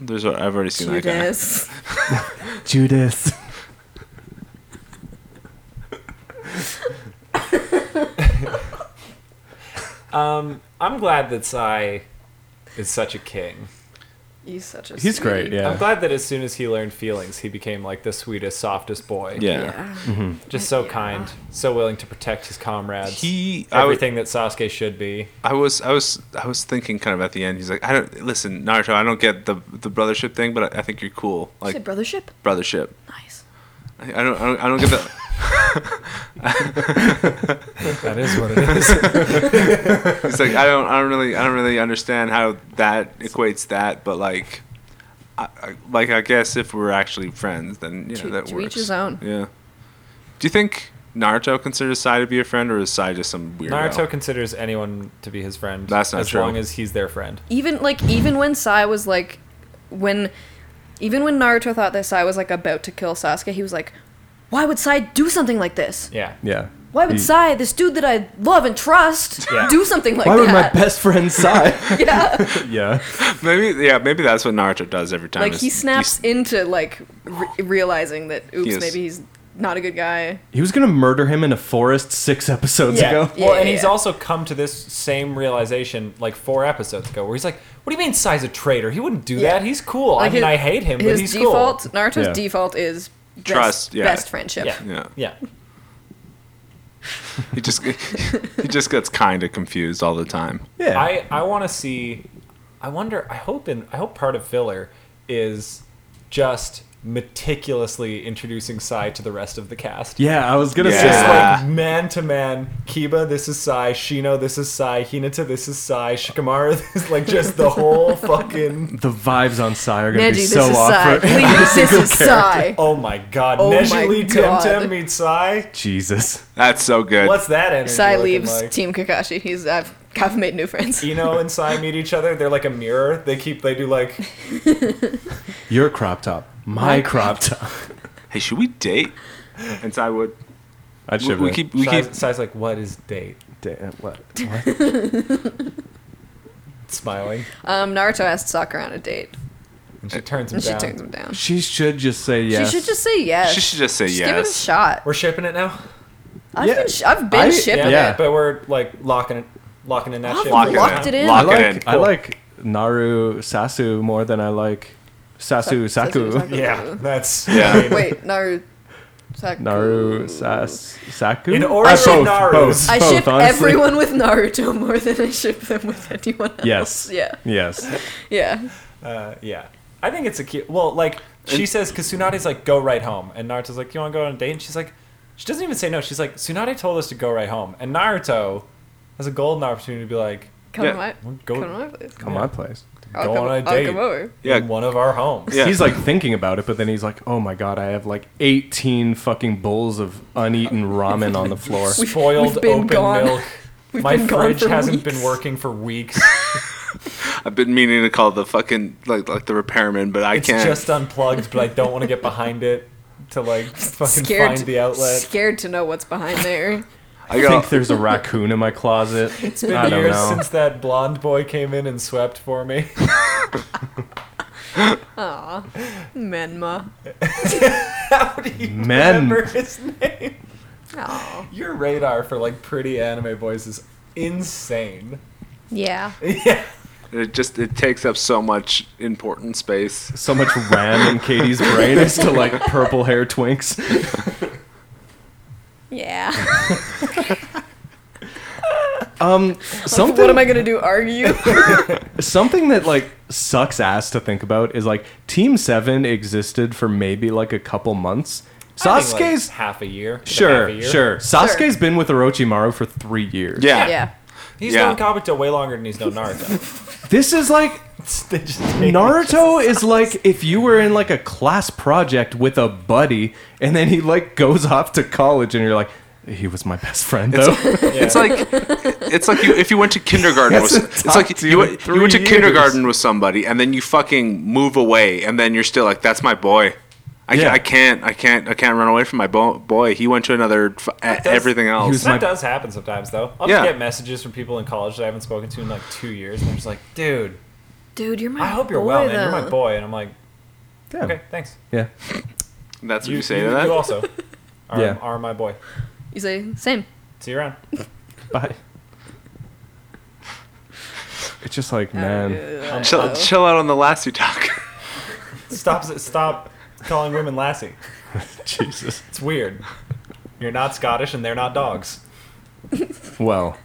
D: There's a, I've already seen that guy.
B: Judas.
C: Judas.
A: Um, I'm glad that Sai is such a king.
B: He's such a.
C: He's great.
B: sweetie.
C: Yeah.
A: I'm glad that as soon as he learned feelings, he became like the sweetest, softest boy.
D: Yeah.
B: Yeah.
A: Just so
B: Yeah.
A: kind, so willing to protect his comrades.
D: He. I, w-
A: everything that Sasuke should be.
D: I was. I was. I was thinking kind of at the end. He's like, I don't listen, Naruto. I don't get the the brothership thing, but I, I think you're cool.
F: Say
D: Like
F: brothership.
D: brothership.
F: Nice.
D: I, I don't. I don't. I don't get that.
A: That is what it is.
D: It's like I don't, I don't really, I don't really understand how that equates that, but like, I, I, like I guess if we're actually friends, then yeah,
B: To-
D: that
B: to each
D: works.
B: his own.
D: Yeah. Do you think Naruto considers Sai to be a friend, or is Sai just some weirdo?
A: Naruto considers anyone to be his friend.
D: That's not
A: as
D: true.
A: long as he's their friend.
B: Even like even when Sai was like, when, even when Naruto thought that Sai was like about to kill Sasuke, he was like, "Why would Sai do something like this?
A: Yeah.
C: yeah.
F: Why would
C: He-
F: Sai, this dude that I love and trust,
A: Yeah.
F: do something like
C: Why would my
F: that?
C: best friend sigh?
B: yeah.
C: yeah.
D: Maybe, yeah, maybe that's what Naruto does every time.
B: like
D: is
B: he snaps
D: he's-
B: into like re- realizing that oops,
D: Yes.
B: maybe he's not a good guy.
C: He was gonna murder him in a forest six episodes ago.
A: Well, and
B: Yeah.
A: he's also come to this same realization like four episodes ago, where he's like, "What do you mean Sai's a traitor? He wouldn't do
B: Yeah.
A: that. He's cool. I
B: Like,
A: mean,
B: his-
A: I hate him, but
B: his
A: he's
B: default,
A: cool."
B: Naruto's
C: Yeah.
B: default is best,
D: Trust, yeah.
B: best friendship.
A: Yeah.
D: Yeah.
A: Yeah.
D: He just, he just gets kind of confused all the time.
C: Yeah.
A: I I want to see. I wonder. I hope in. I hope part of filler is just meticulously introducing Sai to the rest of the cast.
C: yeah, I was gonna
D: Yeah.
C: say
A: Just
C: like,
A: like man to man, Kiba, this is Sai. Shino, this is Sai. Hinata, this is Sai. Shikamaru, this is like just the whole fucking.
C: the vibes on Psy are gonna
B: Neji,
C: be
B: this
C: so
B: is Sai.
C: awkward.
B: Please, this is Sai.
A: Oh my god.
B: Oh
A: Neji
B: my
A: Lee
B: God.
A: Temtem meets Sai.
C: Jesus.
D: That's so good.
A: What's that energy?
B: Sai
A: looking
B: leaves
A: like?
B: Team Kakashi. He's I've, I've made new friends.
A: Ino and Sai meet each other. They're like a mirror. They keep. They do like.
C: Your crop top. My crop top.
D: hey, should we date? And Sai would.
C: I'd
D: We, we
C: shiver.
D: keep. We keep.
A: Sai's, Sai's like, what is date?
C: Damn, what?
A: Smiling,
B: Um, Naruto asked Sakura on a date,
A: and she turns him
B: and she
A: down.
B: turns him down.
C: She should just say yes.
B: She should just say yes.
D: She should just say
B: Just Give it a
D: yes.
B: shot.
A: We're shipping it now.
B: I've
C: Yeah.
B: been, sh- I've been
C: I-
B: shipping.
C: Yeah.
A: but we're like locking it, locking in that
B: I've
A: shit.
D: Lock it
B: locked
D: in.
B: it in.
D: Lock
C: I like
D: it in.
C: I like Naru Sasu more than I like Sasu Saku.
B: Sasu Saku.
A: Yeah, that's
D: Yeah.
B: Wait, Naruto. Saku.
C: Naru, Sas, Saku. Uh,
G: In order
C: both,
G: of Narus.
C: both,
B: I
C: both,
B: ship
C: honestly.
B: everyone with Naruto more than I ship them with anyone
C: Yes.
B: else. Yeah.
C: Yes.
B: Yeah.
A: Uh, yeah. I think it's a cute. Well, like she says, because Tsunade's like, "Go right home," and Naruto's like, "You want to go on a date?" And she's like, she doesn't even say no. She's like, "Tsunade told us to go right home," and Naruto has a golden opportunity to be like,
B: Come
D: Yeah.
B: to my
A: We'll go-
B: come to my place.
C: Come on, please.
B: I'll
A: "Go
B: come-
A: on a
B: I'll
A: date
B: come over.
D: Yeah.
A: in one of our homes."
D: Yeah.
C: He's like thinking about it, but then he's like, "Oh my god, I have like 18 fucking bowls of uneaten ramen on the floor."
B: We've-
A: Spoiled
B: we've been
A: open
B: gone.
A: milk.
B: We've
A: My
B: been gone
A: fridge
B: for
A: hasn't been
B: weeks.
A: working for weeks.
D: I've been meaning to call the fucking like like the repairman, but I
A: it's
D: can't.
A: just unplugged, but I don't want to get behind it to like fucking
B: Scared,
A: find the outlet.
B: scared to know what's behind there.
D: I
C: I think
D: got
C: there's a raccoon in my closet.
A: It's been
C: I don't
A: years
C: know.
A: since that blonde boy came in and swept for me.
B: Aw. Menma.
A: How do you
C: Men.
A: remember his name?
B: Aw.
A: Your radar for like pretty anime boys is insane.
B: Yeah.
A: Yeah.
D: it. Just it takes up so much important space.
C: So much ram in Katie's brain as to like purple hair twinks.
B: Yeah.
C: Um, something.
B: what am I gonna do? Argue?
C: Something that like sucks ass to think about is like Team Seven existed for maybe like a couple months. Sasuke's
A: half a year. is it half a
C: sure,
A: year?
C: sure. Sasuke's been with Orochimaru for three years.
D: Yeah.
B: yeah.
A: He's
D: Yeah.
A: known Kabuto way longer than he's known Naruto.
C: This is like
A: They just take-
C: Naruto is like if you were in like a class project with a buddy, and then he like goes off to college, and you're like, he was my best friend though.
D: It's like it's like you if you went to kindergarten with
C: Hasn't
D: it's like
C: talked to
D: you,
C: you in
D: went- you went to
C: three
D: kindergarten with somebody and then you fucking move away and then you're still like that's my boy. I,
C: Yeah.
D: ca- I can't I can't I can't run away from my bo- boy. He went to another f- a-
A: does-
D: everything
C: He was
D: else.
A: That
C: my-
A: does happen sometimes, though. I'll
D: Yeah.
A: just get messages from people in college that I haven't spoken to in like two years, and I'm just like, "Dude,
F: Dude, you're my
A: I hope you're
F: boy,
A: well, man. You're my
F: though.
A: boy," and I'm like,
C: Damn.
A: "Okay, thanks."
C: Yeah.
D: That's what you, say
A: you,
D: to that.
A: you also are,
C: Yeah.
A: are my boy.
B: You say same.
A: See you around.
C: Bye. It's just like man.
D: chill, chill out on the last you talk.
A: Stop! Stop calling women lassie.
C: Jesus.
A: It's weird. You're not Scottish, and they're not dogs.
C: Well,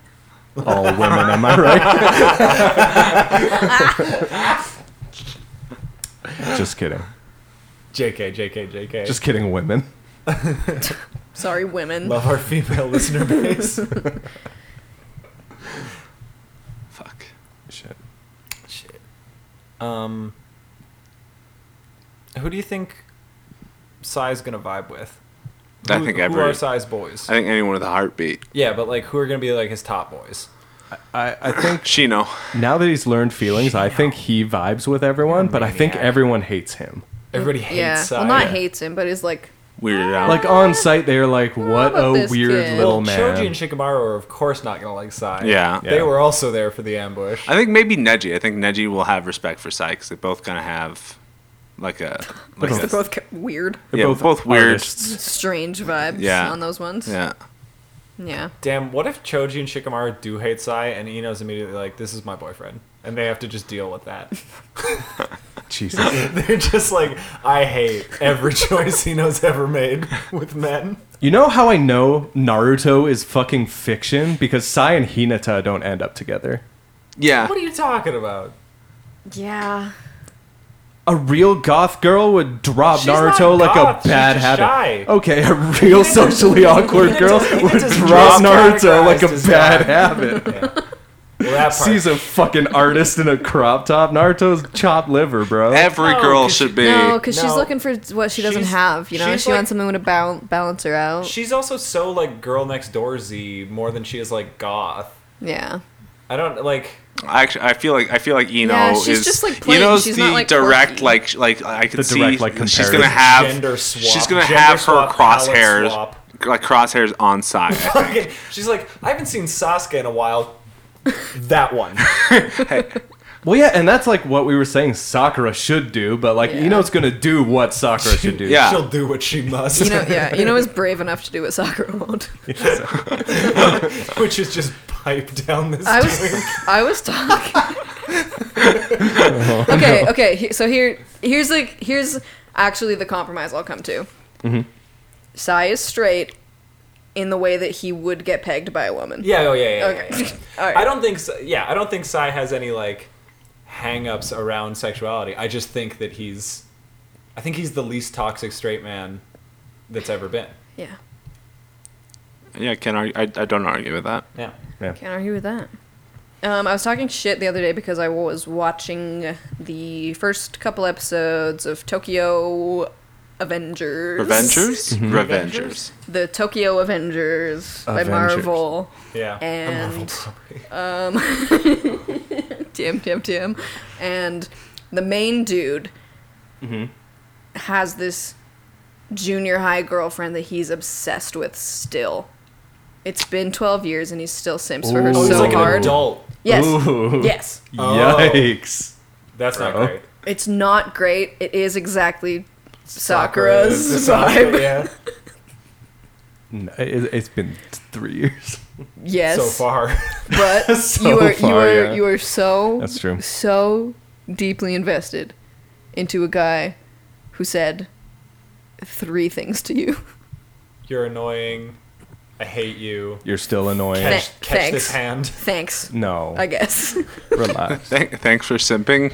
C: all women, am I right? Just kidding.
A: Jk, Jk, Jk.
C: Just kidding, women.
B: Sorry, women.
A: love our female listener base.
D: Fuck.
C: Shit.
A: Shit. Um. Who do you think Sai's gonna vibe with?
D: I
A: Who-
D: think
A: who
D: every
A: are
D: I
A: Sai's boys?
D: think anyone with a heartbeat.
A: yeah, but like, who are gonna be like his top boys?
C: I, I think
D: Shino.
C: now that he's learned feelings, I think he vibes with everyone, but I think
A: maniac.
C: everyone hates him.
A: Everybody hates
B: yeah.
A: Sai.
B: well, not hates him, but is like
D: Weirded out.
C: Like on site, they're like, "What
B: about
C: a
B: this
C: weird
B: kid?"
C: little
A: Well, Choji
C: man."
A: and Shikamaru are of course not gonna like Sai.
D: Yeah.
A: They
C: Yeah.
A: were also there for the ambush.
D: I think maybe Neji. I think Neji will have respect for Sai because they both kind of have like a like
B: they're
D: a,
B: both ca- weird,
D: yeah, both weird.
C: artists.
B: strange vibes
D: Yeah.
B: on those ones.
D: yeah.
B: Yeah.
A: Damn, what if Choji and Shikamaru do hate Sai and Ino's immediately like, this is my boyfriend? And they have to just deal with that.
C: Jesus.
A: They're just like, I hate every choice Ino's ever made with men.
C: You know how I know Naruto is fucking fiction because Sai and Hinata don't end up together.
D: Yeah.
A: What are you talking about?
B: Yeah.
C: A real goth girl would drop
A: She's not
C: Naruto like
A: goth,
C: a
A: she's
C: bad
A: just
C: habit.
A: shy.
C: Okay, a real socially awkward girl would
A: Hinata's
C: drop
A: just
C: Naruto like a
A: categorized as
C: bad
A: goth.
C: habit.
A: Well, that part.
C: She's a fucking artist in a crop top. Naruto's chopped liver, bro.
D: Every
A: No,
D: girl
A: 'cause
D: should be.
B: Oh, No, because she's
A: No.
B: looking for what she doesn't
A: She's-
B: have. You know,
A: she's
B: she
A: like-
B: wants something to bal- balance her out.
A: She's also so like girl next door Z more than she is like goth.
B: yeah.
A: I don't like.
D: I Actually, I feel like I feel like Eno
B: Yeah, she's
D: is
B: just, like, plain.
D: Eno's
B: She's
D: the
B: not, like,
D: direct
B: quirky.
D: like like I can
C: The
D: see
C: direct, like,
D: she's
C: comparison.
D: gonna have
A: Gender swap,
D: she's gonna
A: gender
D: have
A: swap,
D: her
A: palette
D: crosshairs
A: swap.
D: like crosshairs on side.
A: Okay, She's like, I haven't seen Sasuke in a while. That one.
C: Well, yeah, and that's like what we were saying Sakura should do, but like
B: Yeah.
C: Ino's gonna do what Sakura should do.
D: Yeah.
A: She'll do what she must.
B: You know, yeah. You know, is brave enough to do what Sakura won't.
A: Which is just pipe down this.
B: I was, I was talking. okay,
A: Mm-hmm.
B: okay. he- So here, here's like, here's actually the compromise I'll come to. Sai is straight in the way that he would get pegged by a woman.
A: Yeah, oh, yeah, yeah. yeah,
B: Okay.
A: yeah, yeah.
B: All right.
A: I don't think, so, yeah, I don't think Sai has any, like, hang ups around sexuality. I just think that he's, I think he's the least toxic straight man that's ever been.
B: Yeah.
D: Yeah, can I, I? I don't argue with that.
A: Yeah.
B: Can't argue with that. Um, I was talking shit the other day because I was watching the first couple episodes of Tokyo Avengers.
D: Revengers, Revengers.
B: The Tokyo Avengers, by
C: Avengers.
B: Marvel.
A: Yeah.
B: And um, Tim, Tim, Tim, and the main dude has this junior high girlfriend that he's obsessed with still. It's been 12 years and he still simps for her
A: Oh,
C: Ooh.
A: he's
B: so
A: like an
B: hard.
A: adult.
B: Yes.
C: Ooh.
B: Yes.
C: Yikes.
A: That's not
C: Bro.
A: great.
B: It's not great. It is exactly Sakura's
A: Sakura,
B: vibe.
A: Yeah.
C: N- It, has been three years.
B: Yes.
A: So far.
B: But
C: So
B: you are you
C: far,
B: are
C: yeah.
B: you are so
C: That's true.
B: so deeply invested into a guy who said three things to you.
A: You're annoying. I hate you.
C: You're still annoying.
B: Thank-
A: Catch, catch
B: thanks.
A: this hand.
B: Thanks,
C: No.
B: I guess.
C: relax.
D: Thank, thanks for simping.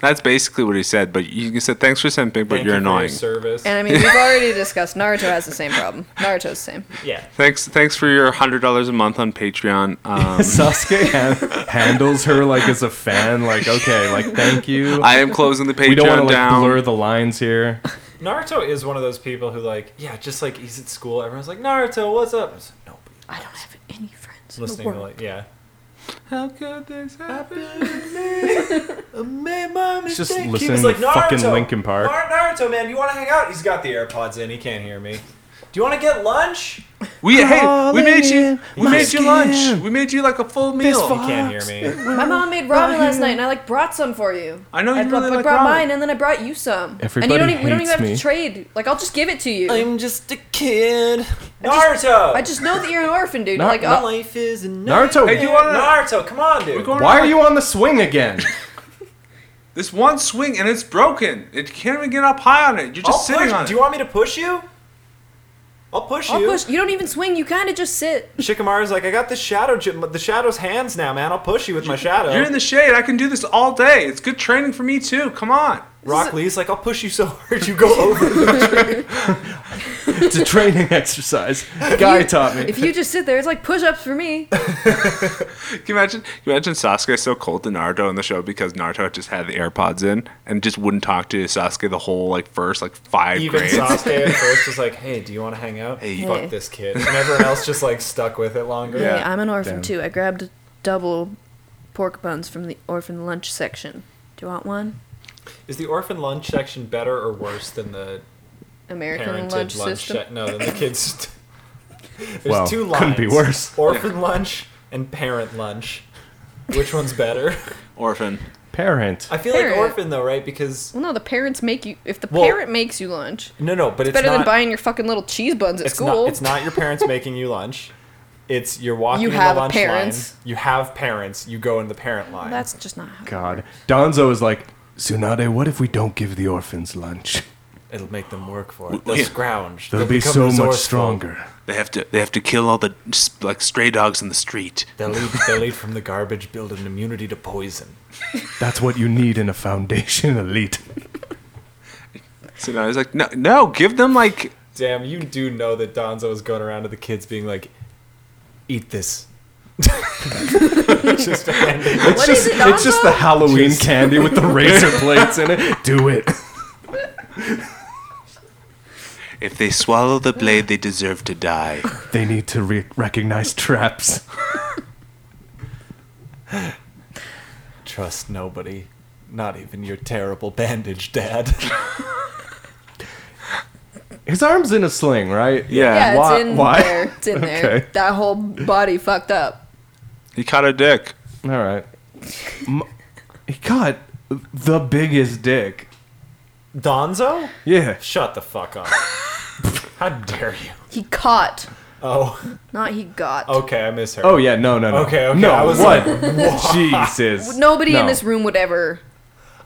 D: That's basically what he said. But you you said thanks for simping,
A: Thank
D: but you're
A: you for your
D: annoying.
A: service.
B: and I mean, we've already discussed Naruto has the same problem. Naruto's the same.
A: yeah.
D: Thanks, thanks for your hundred dollars a month on Patreon. Um,
C: Sasuke han- handles her like as a fan. Like, okay, like, thank you.
D: I am closing the Patreon
C: we don't want to like
D: down.
C: blur the lines here.
A: Naruto is one of those people who, like, yeah, just like he's at school, everyone's like, Naruto, what's up? It's like, Nobody
B: I don't have any friends. in the
A: listening to,
B: world.
A: like, yeah.
D: How could this happen?
C: It's
A: Just
C: just listening to fucking Linkin Park.
A: Naruto, man, you want to hang out? He's got the AirPods in. He can't hear me. Do you want to get lunch?
D: We hey, we made you,
C: Calling
D: we
C: my
D: made you lunch.
C: skin.
D: We made you like a full meal.
A: He can't hear me.
B: My mom made ramen last night, and I like brought some for you.
D: I know
B: I
D: you
B: brought,
D: really
B: I
D: like
B: brought
D: ramen.
B: mine, and then I brought you some. and you
C: Everybody
B: don't even, we don't
C: hates
B: even have
C: me.
B: to trade. Like I'll just give it to you. i
G: I'm just a kid.
A: Naruto.
B: just know that you're an orphan, dude.
C: Not-
B: like
G: My
B: I'll-
G: life is a nightmare.
C: Naruto,
D: Hey, you want to?
A: Naruto, come on, dude.
C: why are you on the swing again?
D: This one swing and it's broken. It can't even get up high on it. You're
A: I'll
D: just sitting
A: push-
D: on it.
A: Do you want me to push you? I'll push
B: I'll
A: you.
B: push. You don't even swing. You kind of just sit.
A: Shikamaru's like, I got the shadow, ju- the shadow's hands now, man. I'll push you with my shadow.
D: You're in the shade. I can do this all day. It's good training for me too. Come on.
A: Rock Lee's like, I'll push you so hard you go over.
C: it's a training exercise. Guy taught me.
B: If you just sit there, it's like push-ups for me.
D: Can you imagine? Can you imagine Sasuke so cold to Naruto in the show because Naruto just had the AirPods in and just wouldn't talk to Sasuke the whole like first like five
A: Even
D: grades.
A: Sasuke at first was like, Hey, do you want to hang out?
D: Hey.
A: fuck
B: Hey.
A: this kid. And everyone else just like stuck with it longer.
B: Hey, I'm an orphan
C: Damn.
B: too. I grabbed double pork buns from the orphan lunch section. Do you want one?
A: Is the orphan lunch section better or worse than the
B: American
A: parented
B: lunch,
A: lunch,
B: system.
A: se- no, than the kids? There's
C: Well,
A: two lines.
C: couldn't be worse.
A: Orphan lunch and parent lunch. Which one's better?
D: Orphan.
C: Parent.
A: I feel
B: Parent.
A: like orphan though, right? Because
B: well, no, the parents make you. If the
A: Well,
B: parent makes you lunch,
A: no, no, but it's,
B: better
A: not,
B: than buying your fucking little cheese buns at
A: it's
B: school.
A: Not, it's not your parents making you lunch. It's you're walking
B: You
A: in
B: have
A: the lunch
B: parents.
A: line. You have parents. You go in the parent line.
B: That's just not how.
C: God. Donzo is like, Tsunade, what if we don't give the orphans lunch?
G: It'll make them work for it. They'll
D: yeah.
G: scrounge.
C: They'll be
G: become
C: so
G: resourceful.
C: much stronger.
E: They have to they have to kill all the s- like stray dogs in the street.
G: They'll eat, they'll eat from the garbage, build an immunity to poison.
C: That's what you need in a foundation elite.
D: So now he's like, no, no, give them like
A: Damn, you do know that Donzo is going around to the kids being like, eat this. Just handing-
C: It's
B: What
C: just
B: is it,
C: it's just the
B: Donzo?
C: Halloween candy with the razor blades in it. Do it.
E: If they swallow the blade, they deserve to die.
C: They need to re- recognize traps.
G: Trust nobody. Not even your terrible bandage, Dad.
C: His arm's in a sling, right?
D: yeah.
B: Yeah,
C: Why-
B: it's in
C: why?
B: there. It's in there.
C: Okay.
B: That whole body fucked up.
D: He caught a dick.
C: All right. M- he got the biggest dick.
A: Donzo?
C: Yeah.
A: Shut the fuck up. How dare you?
B: He caught,
A: Oh,
B: not he got.
A: okay, I miss her.
C: Oh yeah. No. No. No.
A: Okay, okay,
C: No.
A: I was
C: what? Jesus.
B: Nobody in
C: No.
B: this room would ever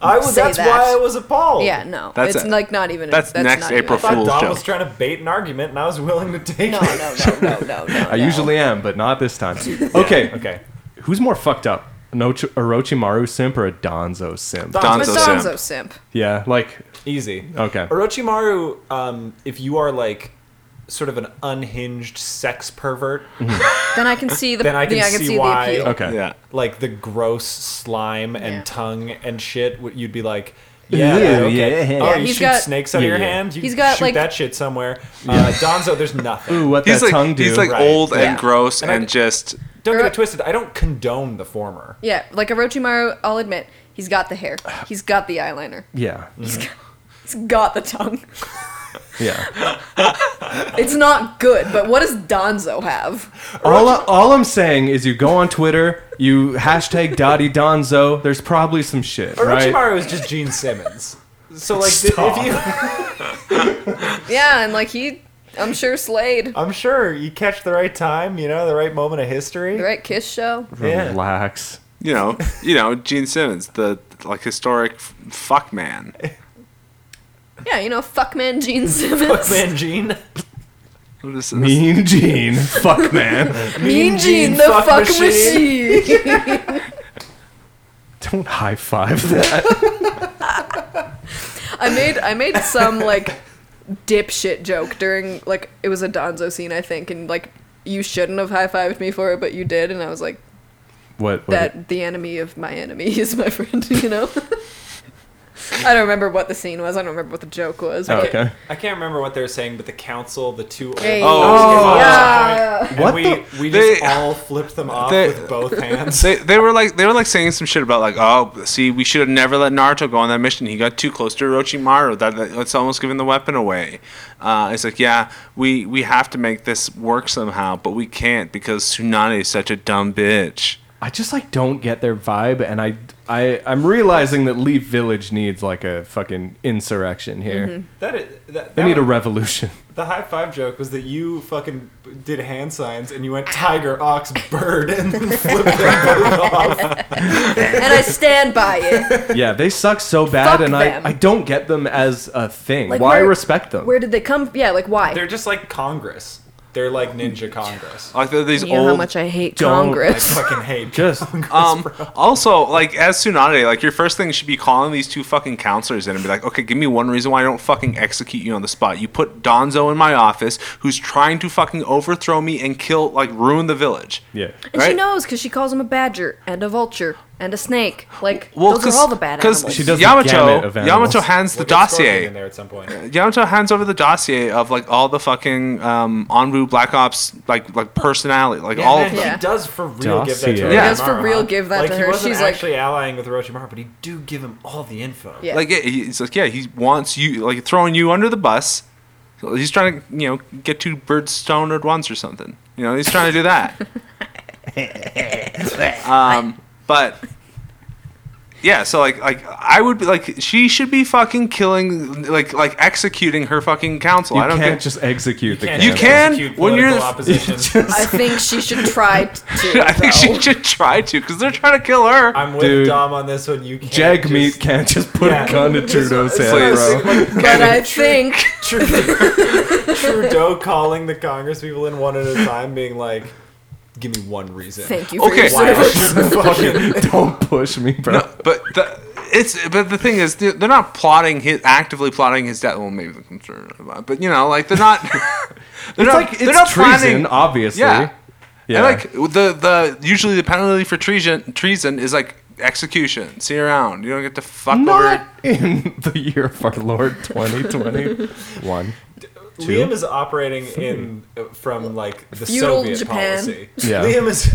A: I was.
B: say
A: That's
B: that.
A: why I was
C: Oh,
A: appalled.
B: Yeah, no.
D: That's
B: it's
D: a-
B: like not even.
D: that's next
B: not even
D: April
B: a
A: I thought
D: Fool's
A: Don
D: joke.
A: was trying to bait an argument, and I was willing to take
B: No,
A: it.
B: no, no, no, no, no.
C: I usually am, but not this time. Okay,
A: Okay.
C: who's more fucked up? An Ocho- Orochimaru simp or a Donzo simp?
A: Don-
B: But
D: Donzo
B: Donzo
D: simp.
B: simp.
C: yeah, like
A: Easy.
C: okay.
A: Orochimaru, um, if you are like sort of an unhinged sex pervert,
B: Then I can see the.
A: Then I can
B: yeah, I can
A: see
B: see
A: why-
B: the appeal.
C: Okay.
D: Yeah.
A: like the gross slime and
B: Yeah.
A: tongue and shit, w- you'd be like, yeah,
C: Ew,
A: okay.
C: yeah.
A: Oh,
B: Yeah,
A: you
B: he's
A: shoot
B: got-
A: snakes out
C: Yeah,
A: of your
C: yeah.
A: hand. You
B: He's got,
A: shoot
B: like-
A: that shit somewhere. Uh, Donzo, there's nothing.
C: Ooh, what
D: He's
C: that
D: like
C: tongue do?
D: he's like
A: Right.
D: old
B: Yeah.
D: and gross
A: And I-
D: and just
A: Don't get
B: Oro-
A: it twisted. I don't condone the former.
B: Yeah, like Orochimaru, I'll admit, he's got the hair. He's got the eyeliner.
C: yeah,
B: He's got the tongue.
C: yeah.
B: It's not good, but what does Donzo have?
C: all, I- all I'm saying is, you go on Twitter, you hashtag Dottie Donzo. There's probably some shit,
A: Orochimaru
C: right?
A: is just Gene Simmons. So like, th- if you,
B: Yeah, and like he, I'm sure
C: Uh,
B: Slade.
A: I'm sure you catch the right time, you know, the right moment of history.
B: The right kiss show.
A: Yeah.
C: Relax.
D: you know you know Gene Simmons, the like historic f- fuck man.
B: Yeah, you know, fuckman Gene Simmons.
A: Man, Gene.
D: What is this?
C: Mean Gene, fuck man.
B: Mean Gene,
A: Gene,
B: the
A: fuck
B: fuck, machine.
C: Don't high five that.
B: I made I made some like dipshit joke during like it was a Donzo scene I think, and like you shouldn't have high fived me for it, but you did, and I was like,
C: What? what
B: that the enemy of my enemy is my friend, you know? I don't remember what the scene was. I don't remember what the joke was.
C: oh,
B: but-
C: okay.
A: I can't remember what they were saying, but the council, the two old
B: Hey.
D: Oh,
B: yeah.
A: And
C: What
A: we,
C: the-
A: we
D: They-
A: just all flipped them off
D: They-
A: with both hands.
D: They, they were like they were like saying some shit about like oh see we should have never let Naruto go on that mission he got too close to Orochimaru that, that that's almost giving the weapon away uh, it's like yeah we we have to make this work somehow but we can't because Tsunade is such a dumb bitch
C: I just like don't get their vibe, and I, I, I'm realizing that Leaf Village needs like a fucking insurrection here.
A: That is, that,
C: They
A: that
C: need a
A: was-
C: revolution.
A: the high five joke was that you fucking did hand signs and you went tiger, ox, bird, and then flipped them both off.
B: And I stand by it.
C: yeah, they suck so bad,
B: Fuck
C: and
B: them.
C: I, I don't get them as a thing.
B: Like,
C: Why
B: where-
C: respect them?
B: Where did they come? Yeah, like why?
A: They're just like Congress. They're like Ninja Congress.
D: like they're these
B: you know
D: old
B: how much I hate
C: don't-
A: I
B: Congress.
A: fucking hate.
C: Just
D: Um, also, like as Tsunade, like your first thing should be calling these two fucking counselors in and be like, okay, give me one reason why I don't fucking execute you on the spot. You put Donzo in my office, who's trying to fucking overthrow me and kill, like ruin the village.
C: yeah.
B: And she
D: right?
B: knows because she calls him a badger and a vulture and a snake. Like those
D: 'cause-
B: are all the bad
D: 'cause
B: animals.
C: She does the gamut
D: Yamato,
C: of animals.
D: Yamato hands
A: We'll
D: the
A: get Scorpion in
D: dossier.
A: there at some point.
D: Yamato hands over the dossier of like all the fucking um, Onru Black Ops like like personality, like all of
A: man,
D: them.
B: them.
A: he does for real give that to
C: Dossier.
A: her.
D: He does
B: for real
A: huh?
B: give that
A: like,
B: to
A: He
B: her.
A: wasn't
B: She's like-
A: actually allying with Orochimaru, but he do give him all the info.
B: Yeah.
D: Like yeah, he- he's like yeah, he wants you like throwing you under the bus. He's trying to you know get two birds stoned at once or something. You know he's trying to do that. um, but yeah, so like like I would be like she should be fucking killing like like executing her fucking counsel.
C: You
D: I don't
C: can't
D: get.
C: just execute the.
A: Can't
D: You
C: candidate.
D: can-
A: execute
D: when you're-
A: political opposition.
B: I think she should try t- to.
D: I think
B: though.
D: she should try to because they're trying to kill her.
A: I'm with
C: Dude.
A: Dom on this one. You can't
C: Jag
A: just-
C: meat can't just put
A: Yeah.
C: a gun to Trudeau's head,
D: Please.
C: bro.
B: But I think
A: Trudeau, Trudeau calling the Congress people in one at a time, being like, "Give me one reason."
B: Thank you for
D: Okay.
B: your
A: Why I
B: service.
A: shouldn't fucking-
C: Don't push me, bro.
D: but the, it's but the thing is they're, they're not plotting his actively plotting his death. Well, maybe they're concerned about, it, but you know, like they're not. they're
C: It's
D: not.
C: like
D: they're
C: it's
D: not
C: treason,
D: planning.
C: obviously.
D: Yeah.
C: Yeah.
D: And like the the usually the penalty for treason treason is like execution. See you around. You don't get to fuck
C: not
D: over.
C: in the year of our Lord 2020. One.
A: Liam is operating in uh, from like the
B: Feudal
A: Soviet
B: Japan.
A: policy.
C: Yeah.
A: Liam is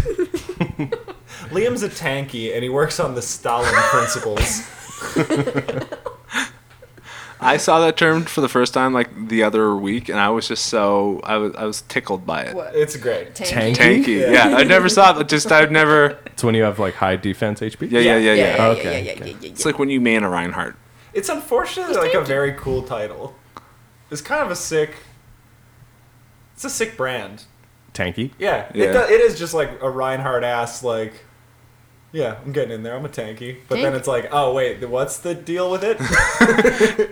A: Liam's a tanky, and he works on the Stalin principles.
D: I saw that term for the first time like the other week, and I was just so I was I was tickled by it.
B: What?
A: It's great.
C: Tanky?
D: Tanky. Yeah. I never saw it. Just I've never.
C: It's when you have like high defense HP.
D: Yeah, yeah, yeah, yeah.
B: yeah,
C: Okay,
B: yeah, yeah, yeah, yeah,
D: It's like when you man a Reinhardt.
A: It's unfortunately like a very cool title. It's kind of a sick. It's a sick brand.
C: Tanky.
A: Yeah,
D: Yeah.
A: It, do, it is just like a Reinhardt ass like Yeah, I'm getting in there. I'm a tanky. But then
B: Tank.
A: it's like, oh wait, th- what's the deal with it?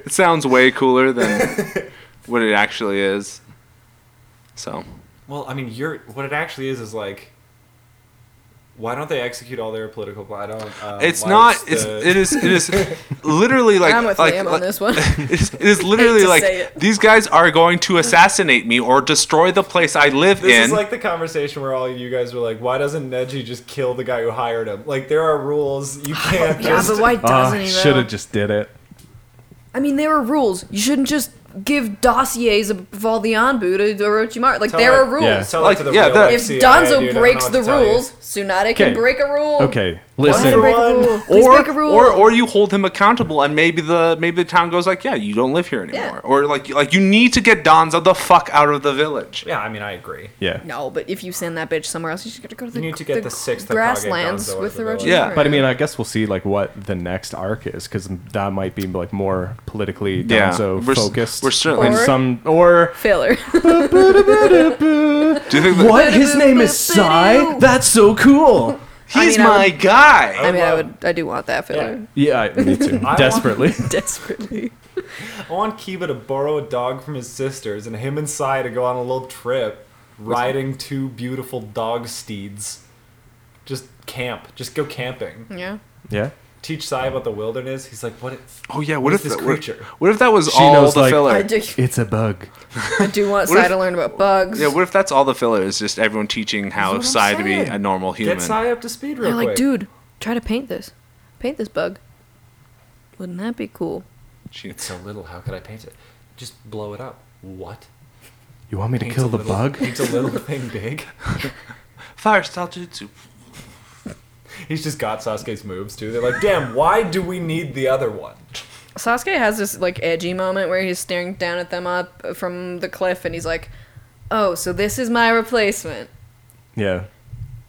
D: It sounds way cooler than what it actually is. So
A: Um, well, I mean, you're what it actually is is like. Why don't they execute all their political? Why don't? Um,
D: it's
A: why
D: not.
A: is
D: It's
A: the-
D: it is it is literally like
B: I'm with
D: like,
B: Liam on
D: like-
B: this one.
D: It's, it is literally
B: to
D: like
B: say it.
D: these guys are going to assassinate me or destroy the place I live
A: This
D: in.
A: is like the conversation where all you guys were like, "Why doesn't Neji just kill the guy who hired him?" Like there are rules. You can't
H: Yeah,
A: just.
H: but why
D: uh,
H: doesn't he?
C: should
H: though?
C: have Ah, just did it.
B: I mean, there are rules. You shouldn't just give dossiers of all the Anbu to Orochimaru. Like,
A: Tell
B: there
A: it-
B: are rules.
C: yeah.
A: Tell
D: Like,
A: it to the
D: yeah,
A: real
D: that-
B: If
A: CIA,
B: Donzo
A: dude, I don't
B: breaks
A: know what to
B: the
A: tell you.
B: rules, Tsunade
C: Okay.
B: can break a rule.
C: Okay,
B: Let him
C: listen.
B: break a
A: Everyone.
B: rule. Please
D: or,
B: break a rule.
D: or or you hold him accountable and maybe the maybe the town goes like yeah you don't live here anymore or like like you need to get Donza the fuck out of the village
A: Yeah, I mean, I agree.
C: Yeah.
B: no, but if you send that bitch somewhere else, you just gotta go to the,
A: need to get the sixth Hokage Donzo
B: grasslands
A: out
B: with
A: of
B: the
A: the
B: Orochimaru.
A: village.
D: Yeah,
C: But I mean, I guess we'll see like what the next arc is because that might be like more politically
D: Yeah.
C: Donzo
D: We're s-
C: focused.
D: we're certainly-
C: in
B: Or-
C: some or
B: filler.
D: do you think that
C: what his name is Sai. That's so cool.
D: he's
B: I mean, I
D: my
B: would-
D: guy
B: I mean, I
A: love-
B: would, I do want that filler
C: Yeah, I- me too.
A: want-
C: Desperately.
B: desperately.
A: I want Kiba to borrow a dog from his sisters and him and Sai to go on a little trip riding two beautiful dog steeds. Just camp. Just go camping.
B: Yeah.
C: Yeah.
A: Teach Sai about the wilderness. He's like, what is,
D: oh yeah what,
A: what is
D: if
A: this
D: that, what,
A: creature?
D: what if that was
C: She
D: all
C: knows,
D: the
C: like-
D: filler
B: I do,
C: It's a bug.
B: I do want
D: What if-
B: Sai to learn about bugs.
D: yeah what if that's all the filler is just everyone teaching how
A: what I'm
D: Sai to be
A: saying.
D: a normal human
A: Get Sai up to speed real
B: They're like,
A: quick.
B: dude, try to paint this. Paint this bug. Wouldn't that be cool?
D: She-
A: It's so little. How could I paint it? Just blow it up. What?
C: You want me to
A: Paint
C: kill
A: a
C: the
A: little-
C: bug?
A: Paint a little thing big.
D: fire style jutsu
A: He's just got Sasuke's moves too. They're like, damn, why do we need the other one?
B: Sasuke has this like edgy moment where he's staring down at them up from the cliff, and he's like, "Oh, so this is my replacement."
C: Yeah.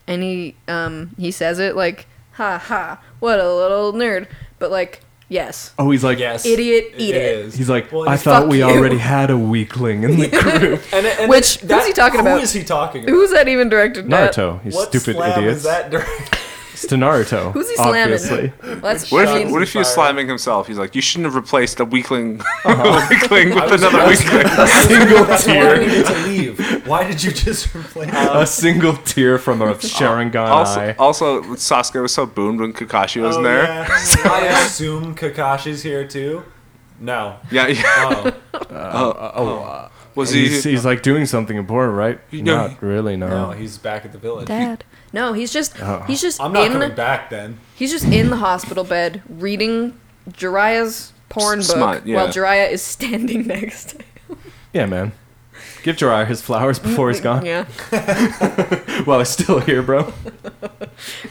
B: And he um he says it like, "Ha ha, what a little nerd," but like, yes,
C: Oh, he's like.
A: Yes.
B: Idiot, eat it.
A: is.
C: He's like.
A: Well,
C: I
A: it's-
C: thought
B: fuck
C: we
B: you."
C: already had a weakling in the group.
A: And, and
B: Which- who's he talking about?
A: Who is he talking about?
B: who's that even directed at?
C: Naruto. You
A: what
C: stupid
A: slam
C: idiots.
A: is that during?
C: It's to Naruto.
B: Who's he slamming?
C: Obviously.
B: Let's.
D: what
B: I
D: if,
B: mean,
D: what if he was
A: Fire.
D: slamming himself he's like you shouldn't have replaced a weakling
C: Uh-huh.
D: weakling with another
A: I was-
D: weakling
A: That's why we need to leave. Why did you just replace?
C: a single tear from a Sharingan
D: also,
C: eye.
D: also Sasuke was so boomed when Kakashi wasn't there
A: Oh, I assume Kakashi's here too. No.
D: Yeah, yeah.
A: Oh,
D: Was
C: He's,
D: he?
C: he's like doing something important, right?
D: know,
C: Not really,
A: no,
C: no.
A: he's back at the village.
H: Dad.
B: no, he's just
C: Oh.
B: he's just
A: I'm not
B: in
A: coming back then.
B: he's just in the hospital bed reading Jiraiya's porn
D: S-
B: book
D: smut, yeah.
B: while Jiraiya is standing next.
C: Yeah, man. Give Jiraiya his flowers before he's gone.
B: yeah,
C: While he's still here, bro.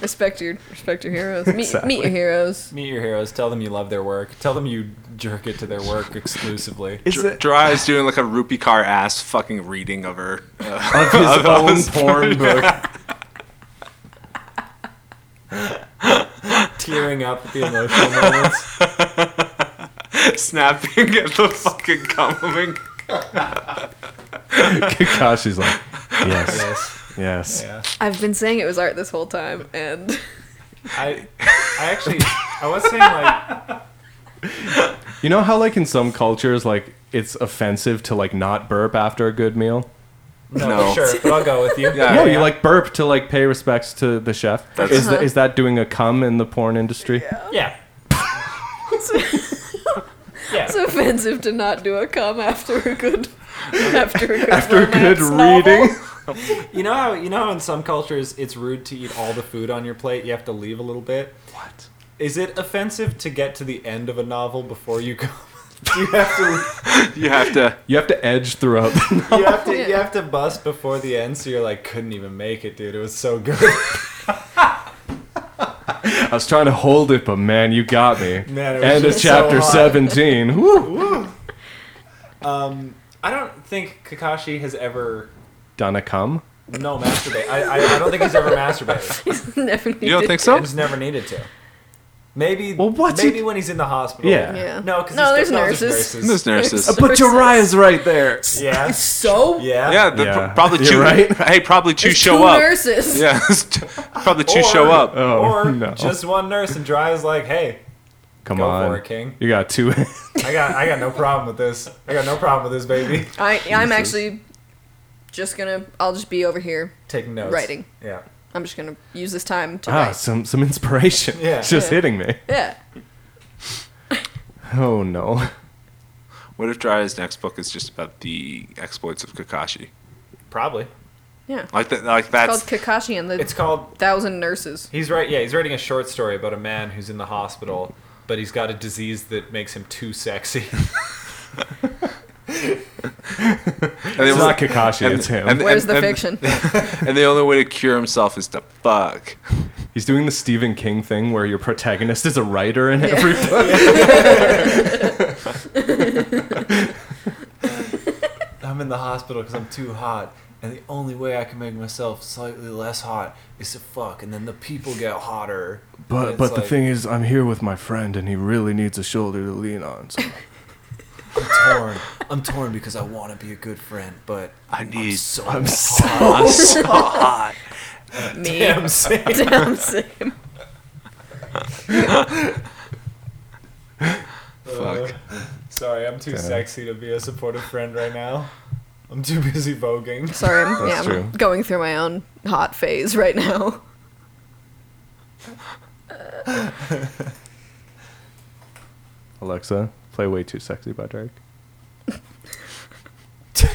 B: respect your respect your heroes. Meet
C: Exactly.
B: meet your heroes.
A: Meet your heroes. Tell them you love their work. Tell them you jerk it to their work exclusively.
C: Is it
D: Dry is doing like a rupee car ass fucking reading of her. Uh,
C: of his own porn book?
A: Tearing up at the emotional moments.
D: snapping at the fucking coming.
C: Kakashi's like, yes,
A: Yes.
C: yes.
A: Yeah.
B: I've been saying it was art this whole time, and
A: I, I actually, I was saying like,
C: You know how like in some cultures, like it's offensive to like not burp after a good meal.
A: no,
D: No.
A: sure, but I'll go with you.
D: Yeah.
C: No, you like burp to like pay respects to the chef.
D: That's-
C: is, that, is that doing a cum in the porn industry?
A: yeah. yeah.
B: it's offensive to not do a cum after a good after a good
C: After good
B: romance
C: reading,
B: novel.
A: You know how you know how in some cultures it's rude to eat all the food on your plate. You have to leave a little bit. What? Is it offensive to get to the end of a novel before you go? you have to
D: You have to.
C: you have to edge throughout.
A: you have to you have to bust before the end. So you're like, couldn't even make it, dude. It was so good.
C: I was trying to hold it, but man, you got me.
A: Man, it was
C: End of
A: just so
C: chapter
A: hot.
C: seventeen. Woo.
A: Um, I don't think Kakashi has ever
C: Done a cum?
D: Uh,
A: no masturbate. I, I I don't think he's ever masturbated.
B: Never
D: You don't
B: needed
D: think
B: to.
D: so?
A: He's never needed to. Maybe.
C: Well, what's
A: maybe
C: he-
A: when he's in the hospital.
C: Yeah.
B: Yeah.
A: No, because
B: no, there's nurses.
D: Those nurses.
B: There's
C: But Uriah's right there.
A: Yeah.
B: So
A: Yeah.
D: Yeah, the,
C: Yeah.
D: probably
C: You're
D: two.
C: right.
D: Hey, probably two
B: there's
D: show
B: two
D: up.
B: Nurses.
D: Yeah, probably two
A: Or-
D: show up.
C: Oh,
A: or
C: no.
A: just one nurse, and Dry's like, "Hey,
C: Come
A: Go
C: on.
A: for it, King.
C: You got two.
A: I got, I got no problem with this. I got no problem with this, baby."
B: I, I'm actually just gonna. I'll just be over here.
A: Taking notes.
B: Writing.
A: Yeah.
B: I'm just gonna use this time to
C: ah,
B: write.
C: some some inspiration.
A: Yeah.
C: It's just
B: Yeah.
C: hitting me.
B: Yeah.
C: Oh no.
D: What if Jiraiya's next book is just about the exploits of Kakashi?
A: Probably.
B: Yeah.
D: Like that. Like
B: Called
D: that's
B: Kakashi and the
A: It's called
B: Thousand Nurses.
A: He's right. Yeah, he's writing a short story about a man who's in the hospital, but he's got a disease that makes him too sexy.
D: and they
C: It's
D: were-
C: not Kakashi, it's him.
D: and-
B: Where's
D: and- and-
B: the fiction?
D: And the only way to cure himself is to fuck.
C: He's doing the Stephen King thing where your protagonist is a writer in every book.
A: I'm in the hospital because I'm too hot, and the only way I can make myself slightly less hot is to fuck, and then the people get hotter. And
C: But
A: it's
C: but the
A: like,
C: thing is, I'm here with my friend, and he really needs a shoulder to lean on. So.
A: I'm torn. I'm torn because I want to be a good friend, but
I: I need.
A: so
C: I'm
A: hot.
C: so
I: I'm so hot.
B: Me.
A: damn sick.
B: Damn same.
D: Fuck.
A: Uh, Sorry, I'm too sexy to be a supportive friend right now. I'm too busy voguing.
B: Sorry, I'm, yeah,
C: That's
B: I'm
C: true.
B: going through my own hot phase right now.
C: Alexa, play "Way Too Sexy" by Drake.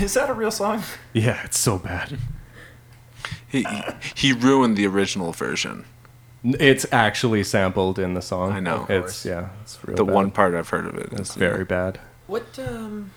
A: Is that a real song?
C: Yeah, it's so bad.
D: He he ruined the original version.
C: N- It's actually sampled in the song.
D: I know. Of
C: It's
A: course.
C: yeah. It's real
D: The
C: bad.
D: one part I've heard of it.
C: It's
D: That's
C: very bad.
A: What um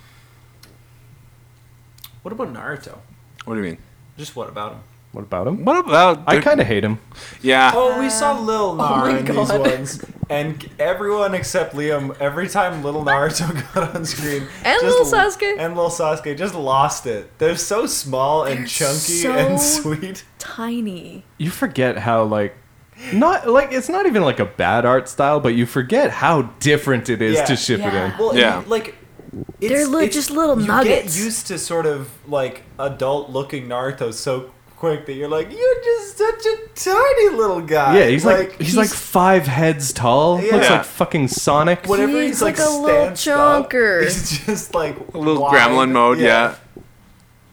A: What about Naruto?
D: What do you mean?
A: Just what about him?
C: What about him?
D: What about?
C: I kind of hate him.
D: yeah.
A: Oh, we saw Lil Nar
B: Uh, my
A: in these
B: God.
A: ones, and everyone except Liam. Every time Lil Naruto got on screen,
B: And
A: just-
B: Lil Sasuke.
A: and Lil Sasuke just lost it. They're so small and chunky and
B: so-
A: sweet.
B: Tiny.
C: You forget how like. Not like it's not even like a bad art style, but you forget how different it is
A: Yeah.
C: to ship
J: Yeah.
C: it in.
A: Well, and
D: Yeah.
A: you- like it's,
J: They're li-
A: it's-
J: just little
A: you
J: nuggets.
A: Get used to sort of like adult-looking Naruto so quick that you're like, you're just such a tiny little guy.
C: Yeah, he's like, he's, like five heads tall.
A: Yeah.
C: Looks like fucking Sonic.
A: whenever
B: He's
A: he's, like,
B: like a little
A: stanced up,
B: chonker.
A: he's just like
D: a little gremlin mode. Yeah.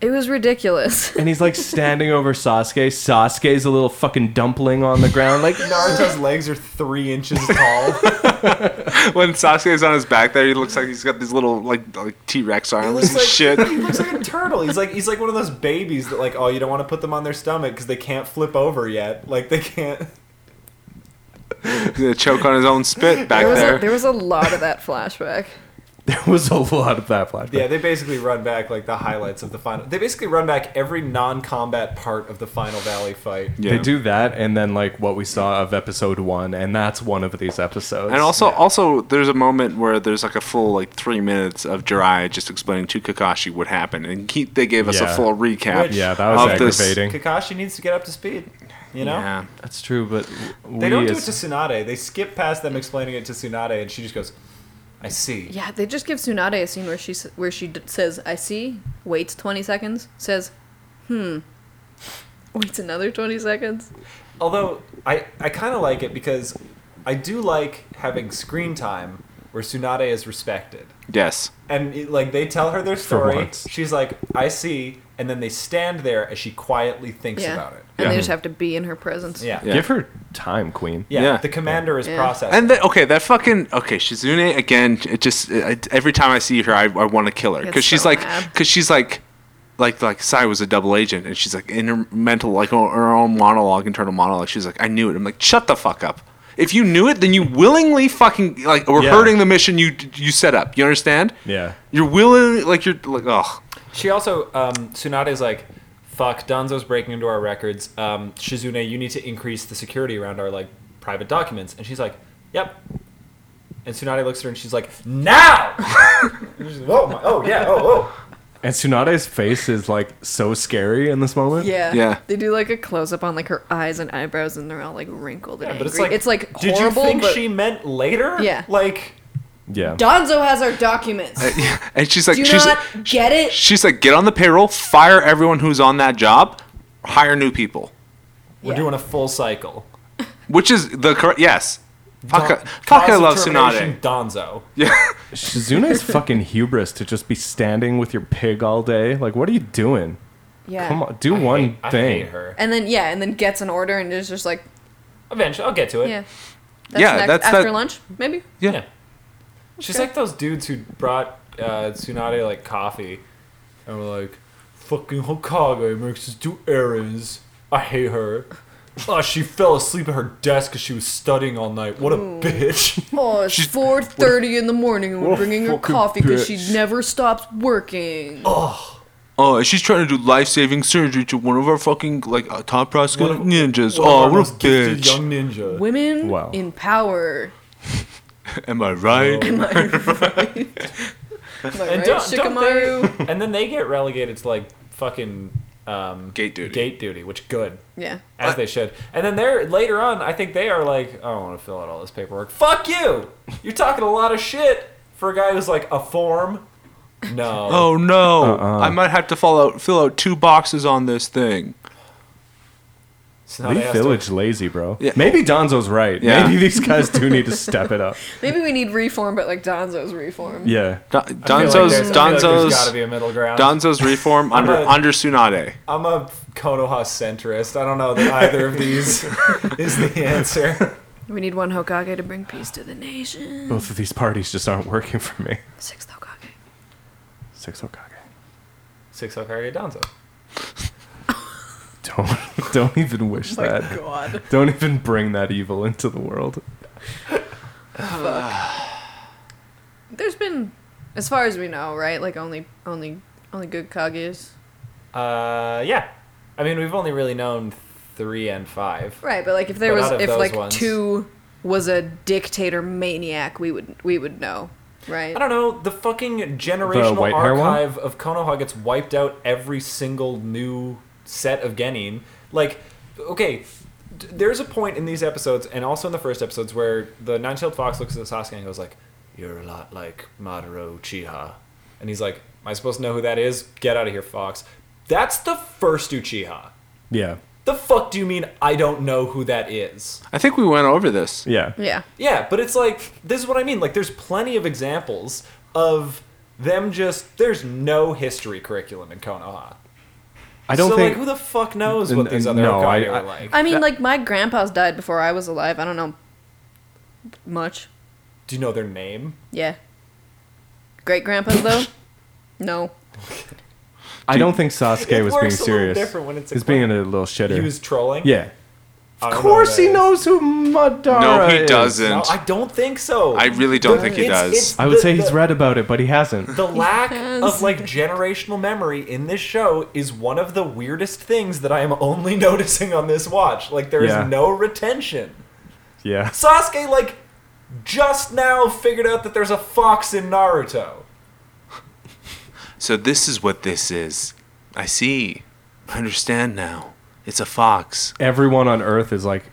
B: It was ridiculous.
C: And he's like standing over Sasuke. Sasuke's a little fucking dumpling on the ground. Like,
A: Naruto's legs are three inches tall.
D: When Sasuke's on his back, there he looks like he's got these little like like T Rex
A: he
D: arms
A: looks
D: and
A: like
D: shit.
A: he looks like a turtle. He's like he's like one of those babies that like oh you don't want to put them on their stomach because they can't flip over yet. Like they can't.
D: He's gonna choke on his own spit back
B: There was,
D: there.
B: a, there was a lot of that flashback.
C: there was a lot of that flashback.
A: Yeah, they basically run back like the highlights of the final. They basically run back every non-combat part of the Final Valley fight.
D: Yeah.
C: They do that, and then like what we saw of episode one, and that's one of these episodes.
D: And also, also, there's a moment where there's like a full like three minutes of Jiraiya just explaining to Kakashi what happened, and he, they gave us
C: Yeah.
D: a full recap.
A: Which-
C: yeah, that was
D: of this-
C: aggravating.
A: Kakashi needs to get up to speed. You know,
D: Yeah.
C: That's true, but we
A: they don't do it
C: as-
A: to Tsunade. They skip past them explaining it to Tsunade, and she just goes, "I see."
B: Yeah, they just give Tsunade a scene where she s- where she d- says, "I see," waits twenty seconds, says, "Hmm," waits another twenty seconds.
A: Although I, I kind of like it because I do like having screen time where Tsunade is respected.
D: Yes.
A: And it- like they tell her their story,
C: once.
A: she's like, "I see," and then they stand there as she quietly thinks
B: Yeah,
A: about it.
B: and
D: Yeah.
B: they just have to be in her presence.
A: Yeah.
D: Yeah.
C: give her time, Queen.
A: Yeah,
D: Yeah.
A: the commander is
B: Yeah.
A: processing.
D: And then, okay, that fucking okay, Shizune again. It just I, every time I see her, I, I want to kill her because
B: It's
D: she's
B: so
D: like
B: bad.
D: because she's like like like Sai was a double agent, and she's like in her mental like her- her own monologue, internal monologue. She's like, I knew it. I'm like, shut the fuck up. If you knew it, then you willingly fucking like we're
C: Yeah.
D: hurting the mission you you set up. You understand?
C: Yeah.
D: You're willing like you're like oh
A: she also um, Tsunade is like, "Fuck, Danzo's breaking into our records. Um, Shizune, you need to increase the security around our like private documents." And she's like, "Yep." And Tsunade looks at her and she's like, "Now!" And she's like, oh my, oh yeah, oh oh.
C: And Tsunade's face is like so scary in this moment.
B: Yeah.
D: Yeah.
B: They do like a close up on like her eyes and eyebrows, and they're all like wrinkled and
A: but it's
B: angry.
A: like,
B: it's like
A: did
B: horrible.
A: you think
B: but
A: she meant later?
B: Yeah.
A: Like,
C: Yeah.
B: Donzo has our documents.
D: And she's like,
B: Do
D: she's,
B: not get it.
D: she's like, get on the payroll, fire everyone who's on that job, hire new people,
A: we're
B: Yeah.
A: doing a full cycle.
D: which is the correct. Yes. Fuck,
A: Don-
D: I- fuck I
A: cause of
D: love
A: termination,
D: Tsunade.
A: Donzo.
D: Yeah.
C: Shizuna's fucking hubris to just be standing with your pig all day. Like, what are you doing?
B: yeah.
C: Come on, do one
A: I
C: thing.
A: hate her.
B: And then yeah, and then gets an order and is just like
A: Eventually, I'll get to it.
B: yeah. That's
D: Yeah,
B: next,
D: that's
B: after
D: that-
B: lunch maybe.
D: Yeah.
A: Yeah. She's like those dudes who brought uh, Tsunade like coffee and were like, fucking Hokage makes us do errands. I hate her. Oh, she fell asleep at her desk because she was studying all night. What a bitch.
B: Oh, it's four thirty in the morning, and we're
A: Oh,
C: what a
B: bringing her
C: fucking
B: coffee because she
C: bitch.
B: never stops working.
D: Oh, and she's trying to do life saving surgery to one of our fucking like uh, top prospect
A: One of-
D: ninjas.
A: One of our
D: Oh, what a
A: most gifted
D: bitch.
A: Young ninja.
B: Women
C: Wow.
B: in power.
D: Am I right?
B: Am I right? Am I
A: and don't,
B: right,
A: don't
B: Shikamaru?
A: they- and then they get relegated to like fucking um,
D: Gate duty.
A: Gate duty, which good.
B: Yeah.
A: As they should. And then they're later on, I think they are like, I don't want to fill out all this paperwork. Fuck you! You're talking a lot of shit for a guy who's like a form. No.
D: Oh no!
C: Uh-uh.
D: I might have to fall out, fill out two boxes on this thing.
A: It's not
C: Leave
A: asked
C: Village lazy, bro.
D: Yeah.
C: Maybe Donzo's right.
D: Yeah.
C: Maybe these guys do need to step it up.
B: Maybe we need reform, but like Donzo's reform.
C: Yeah.
D: Don-
A: to- I feel
D: Donzo's
A: there's- I feel there's gotta
D: Donzo's
A: be a middle ground.
D: Donzo's reform under
A: a-
D: under Tsunade.
A: I'm a Konoha centrist. I don't know that either of these is the answer.
B: We need one Hokage to bring peace to the nation.
C: Both of these parties just aren't working for me.
B: Sixth Hokage.
C: Six Okage.
A: Six Hokage Donzo.
C: Don't don't even wish that.
B: God.
C: Don't even bring that evil into the world.
B: There's been, as far as we know, right? Like only, only, only good Kages.
A: Uh, yeah. I mean, we've only really known three and five.
B: Right, but like if there
A: But out
B: was,
A: of
B: if
A: those
B: like
A: ones-
B: two was a dictator maniac, we would, we would know, right?
A: I don't know. The fucking generational
C: white hair one?
A: archive of Konoha gets wiped out every single new set of Genin. Like, okay, d- there's a point in these episodes, and also in the first episodes, where the nine-tailed fox looks at Sasuke and goes like, "You're a lot like Madara Uchiha," and he's like, "Am I supposed to know who that is? Get out of here, fox." That's the first Uchiha.
C: Yeah.
A: The fuck do you mean I don't know who that is?
D: I think we went over this.
C: Yeah.
B: Yeah.
A: Yeah, but it's like this is what I mean. Like there's plenty of examples of them just there's no history curriculum in Konoha.
C: I don't
A: so
C: think
A: like who the fuck knows what
C: N-
A: these
C: n-
A: other
C: no,
A: Hokage
C: I-
A: were
C: I-
A: like?
B: I mean, like my grandpa's died before I was alive. I don't know much.
A: Do you know their name?
B: Yeah. Great grandpa's though. no.
C: I don't think Sasuke
A: It
C: was
A: works
C: being
A: a little
C: serious.
A: different when it's a
C: He's
A: clan.
C: being a little shitter.
A: He was trolling.
C: yeah.
A: I don't
C: Of
A: know
C: course
A: who
C: he
A: that is.
C: knows who Madara
D: No, he
C: is.
D: doesn't.
A: No, I don't think so.
D: I really don't think he
A: It's-
D: does.
A: it's
C: I would
A: the-
C: say he's
A: the-
C: read about it, but he hasn't.
A: The lack of
B: has.
A: like generational memory in this show is one of the weirdest things that I am only noticing on this watch. Like there is
C: Yeah.
A: no retention.
C: Yeah.
A: Sasuke like just now figured out that there's a fox in Naruto.
K: So this is what this is. I see. I understand now. It's a fox.
C: Everyone on Earth is like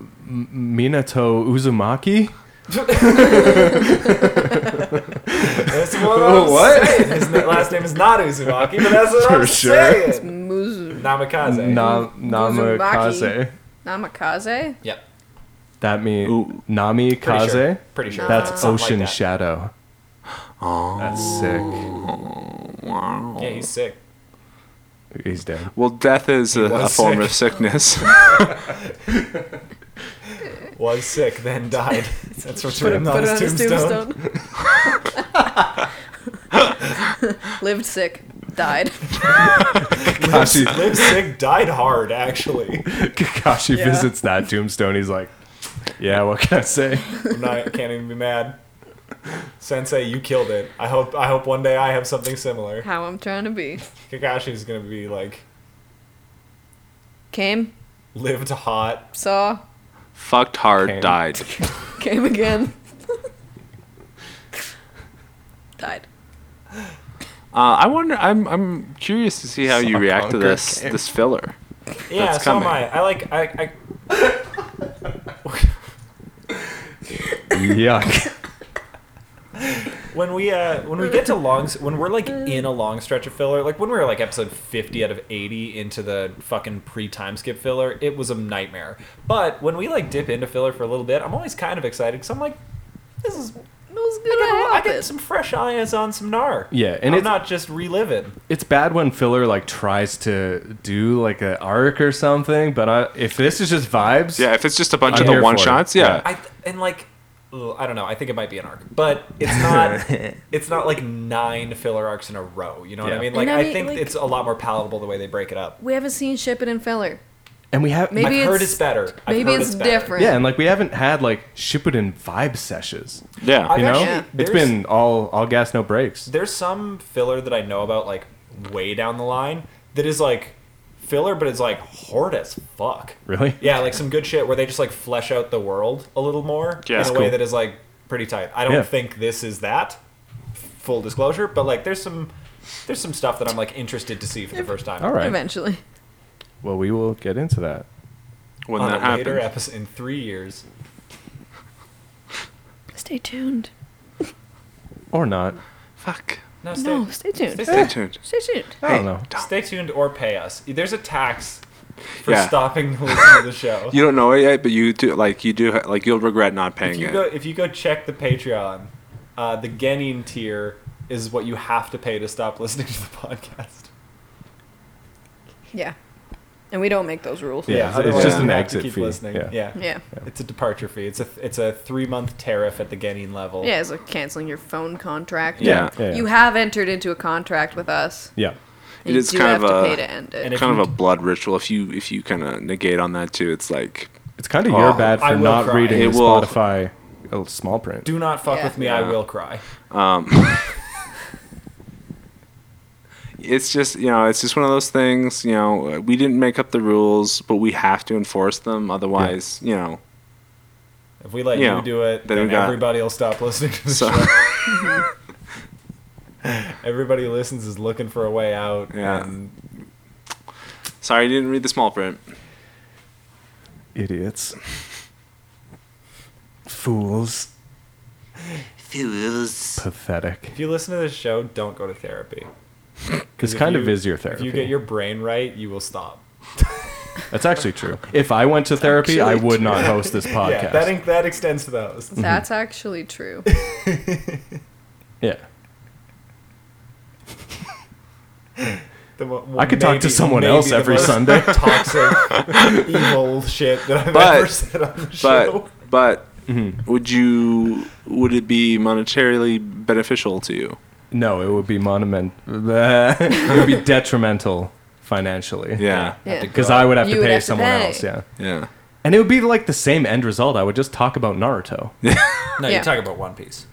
C: "M- Minato Uzumaki.
A: That's what I was
C: What?
A: saying. His na- last name is not Uzumaki, but that's what
C: For
A: I was
C: sure.
A: saying.
B: Muzu.
A: Namikaze.
C: Na-
B: Uzumaki.
C: Namikaze.
B: Namikaze?
A: Yep.
C: That means
D: Ooh.
C: Nami
A: Pretty
C: Kaze.
A: sure. Pretty sure.
C: That's
A: Something like
C: Ocean
A: that.
C: Shadow. Oh. That's sick.
A: Yeah, he's sick.
C: He's dead.
D: Well, death is a, a
A: was
D: form
A: sick.
D: of sickness.
A: Was sick, then died. That's what's
B: Put it,
A: written
B: put
A: on
B: it on
A: his
B: his
A: tombstone.
B: tombstone. Lived sick, died.
C: Kakashi,
A: Live sick, died hard, actually.
C: Kakashi
B: Yeah.
C: visits that tombstone. He's like, yeah, what can I say?
A: I'm not, can't even be mad. Sensei, you killed it. I hope I hope one day I have something similar.
B: How I'm trying to be.
A: Kakashi's gonna be like
B: Came,
A: lived hot.
B: saw,
D: Fucked hard,
C: Okay.
D: died.
B: came again. died.
D: Uh, I wonder. I'm I'm curious to see how you
L: Sock
D: react to
L: conquer
D: this
L: game.
D: this filler.
A: Yeah,
D: That's
A: so am
D: coming.
A: I. I like I, I
C: Yuck.
A: when we uh when we get to long when we're like in a long stretch of filler, like when we were like episode 50 out of 80 into the fucking pre-time skip filler, it was a nightmare. But when we like dip into filler for a little bit, I'm always kind of excited cuz I'm like this is
B: It was
A: I
B: good.
A: get, a
B: I,
A: lot- I
B: love
A: get
B: it.
A: some fresh eyes on some gnar.
C: Yeah, and
A: and I'm
C: it's-
A: not just reliving.
C: it's bad when filler like tries to do like an arc or something, but I, if this is just vibes,
D: Yeah, if it's just a bunch
C: I'm
D: of the
C: here
D: one
C: for it.
D: shots,
C: Yeah.
D: yeah.
A: I th- and like ugh, I don't know. I think it might be an arc, but it's not. it's not like nine filler arcs in a row. You know what
C: Yeah.
A: I mean? Like
B: And I
A: I,
B: mean,
A: think
B: like-
A: it's a lot more palatable the way they break it up.
B: We haven't seen shipping and feller.
C: and we have
B: Maybe
A: I've heard
B: it's-
A: it's better. I've
B: Maybe
A: heard
B: it's,
A: better.
B: different.
C: yeah, and like we haven't had like Shippuden vibe sessions.
D: yeah.
A: I've
C: You know,
A: actually- there's-
C: it's been all all gas, no breaks.
A: There's some filler that I know about, like way down the line, that is like filler, but it's like hard as fuck.
C: Really?
A: Yeah, like some good shit where they just like flesh out the world a little more in
D: Yeah.
A: a
D: That's
A: way
D: cool.
A: that is like pretty tight. I don't
C: Yeah.
A: think this is that. Full disclosure, but like there's some there's some stuff that I'm like interested to see for the first time.
C: All right.
B: Eventually.
C: Well, we will get into that.
D: when
A: On
D: that
A: a later
D: happens.
A: episode in three years.
M: Stay tuned.
C: Or not.
D: Fuck.
A: No, stay,
B: No, stay tuned.
A: Stay,
D: Stay tuned.
B: Stay tuned.
C: I don't know.
A: stay tuned or pay us. There's a tax for
D: Yeah.
A: stopping to listen to the show.
D: You don't know it yet, but you do. Like you do. Like you'll regret not
A: if
D: paying
A: you
D: it.
A: go if you go check the Patreon, uh, the Genin tier is what you have to pay to stop listening to the podcast.
B: Yeah. And we don't make those rules.
C: Yeah. it's- it's
A: otherwise
C: just
A: you
C: an
A: have to
C: exit
A: keep
C: fee.
A: listening.
C: Yeah.
A: Yeah.
B: Yeah.
A: it's a departure fee. It's a it's a three month tariff at the Genin level.
B: Yeah, it's like canceling your phone contract.
D: Yeah.
C: Yeah.
B: You have entered into a contract with us.
C: Yeah.
D: It
B: you
D: is
B: do
D: kind
B: have
D: of
B: to
D: a-
B: pay to end it.
A: and if
D: kind
A: you-
D: of a blood ritual. If you if you kind of negate on that too, it's like
C: It's kind of your
D: Oh,
C: bad
A: I
C: for
A: will
C: not
A: cry.
C: reading
D: It
C: the
D: will-
C: Spotify oh, small print.
A: Do not fuck
B: Yeah.
A: with me. I will cry.
D: it's just you know it's just one of those things. You know we didn't make up the rules, but we have to enforce them. Otherwise, you know.
A: If we let
D: Yeah.
A: you do it,
D: Then
A: then,
D: we got-
A: everybody will stop listening to the
D: So
A: show. Everybody who listens is looking for a way out.
D: Yeah.
A: and
D: sorry, I didn't read the small print.
C: Idiots. Fools. Pathetic.
A: if you listen to this show, don't go to therapy.
C: Because
A: if
C: kind of
A: you-
C: is your
A: If
C: therapy.
A: you get your brain right, you will stop.
C: That's actually true. If I went to therapy, I would not host this podcast.
A: Yeah, that in- that extends to those.
B: That's actually true.
C: yeah.
A: The mo-
C: I could talk to someone else
A: the
C: every
A: most
C: Sunday.
A: Toxic, evil shit that I've
D: But-
A: ever said on the show.
D: But but
C: Mm-hmm.
D: would you would it be monetarily beneficial to you?
C: No, it would be monument. it would be detrimental financially.
D: Yeah.
B: Yeah.
C: Because I would have
B: You
C: to
B: would
C: pay
B: have to
C: someone
B: pay.
C: else. Yeah.
D: Yeah.
C: And it would be like the same end result. I would just talk about Naruto.
A: No,
B: you're Yeah. talking
A: about One Piece.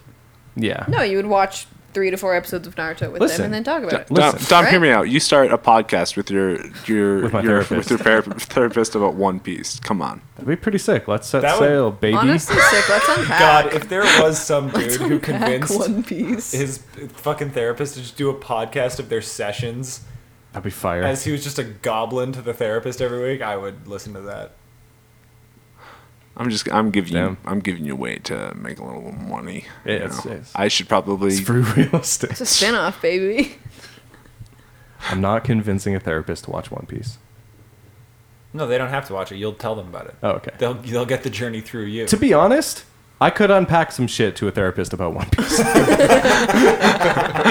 C: Yeah.
B: No, you would watch three to four episodes of Naruto with
C: Listen.
B: them and then talk about it.
C: Uh, Listen.
D: Dom, Dom, hear
B: Right?
D: me out. You start a podcast with your your
C: With my
D: your,
C: therapist.
D: with your therap- therapist about One Piece. Come on.
C: That'd be pretty sick. Let's set
A: That would-
C: sail, baby.
B: Honestly, sick. Let's unpack.
A: God, if there was some dude
B: Let's
A: who
B: unpack
A: convinced
B: One Piece.
A: his fucking therapist to just do a podcast of their sessions
C: That'd be fire.
A: as he was just a goblin to the therapist every week, I would listen to that.
D: I'm just I'm giving
C: Damn.
D: you I'm giving you a way to make a little money. you
C: It's-
D: know.
C: it's-
D: I should probably
C: it's free real estate.
B: it's a spin-off, baby.
C: I'm not convincing a therapist to watch One Piece.
A: No, they don't have to watch it. You'll tell them about it.
C: Oh, okay.
A: They'll they'll get the journey through you.
C: To be honest, I could unpack some shit to a therapist about One Piece.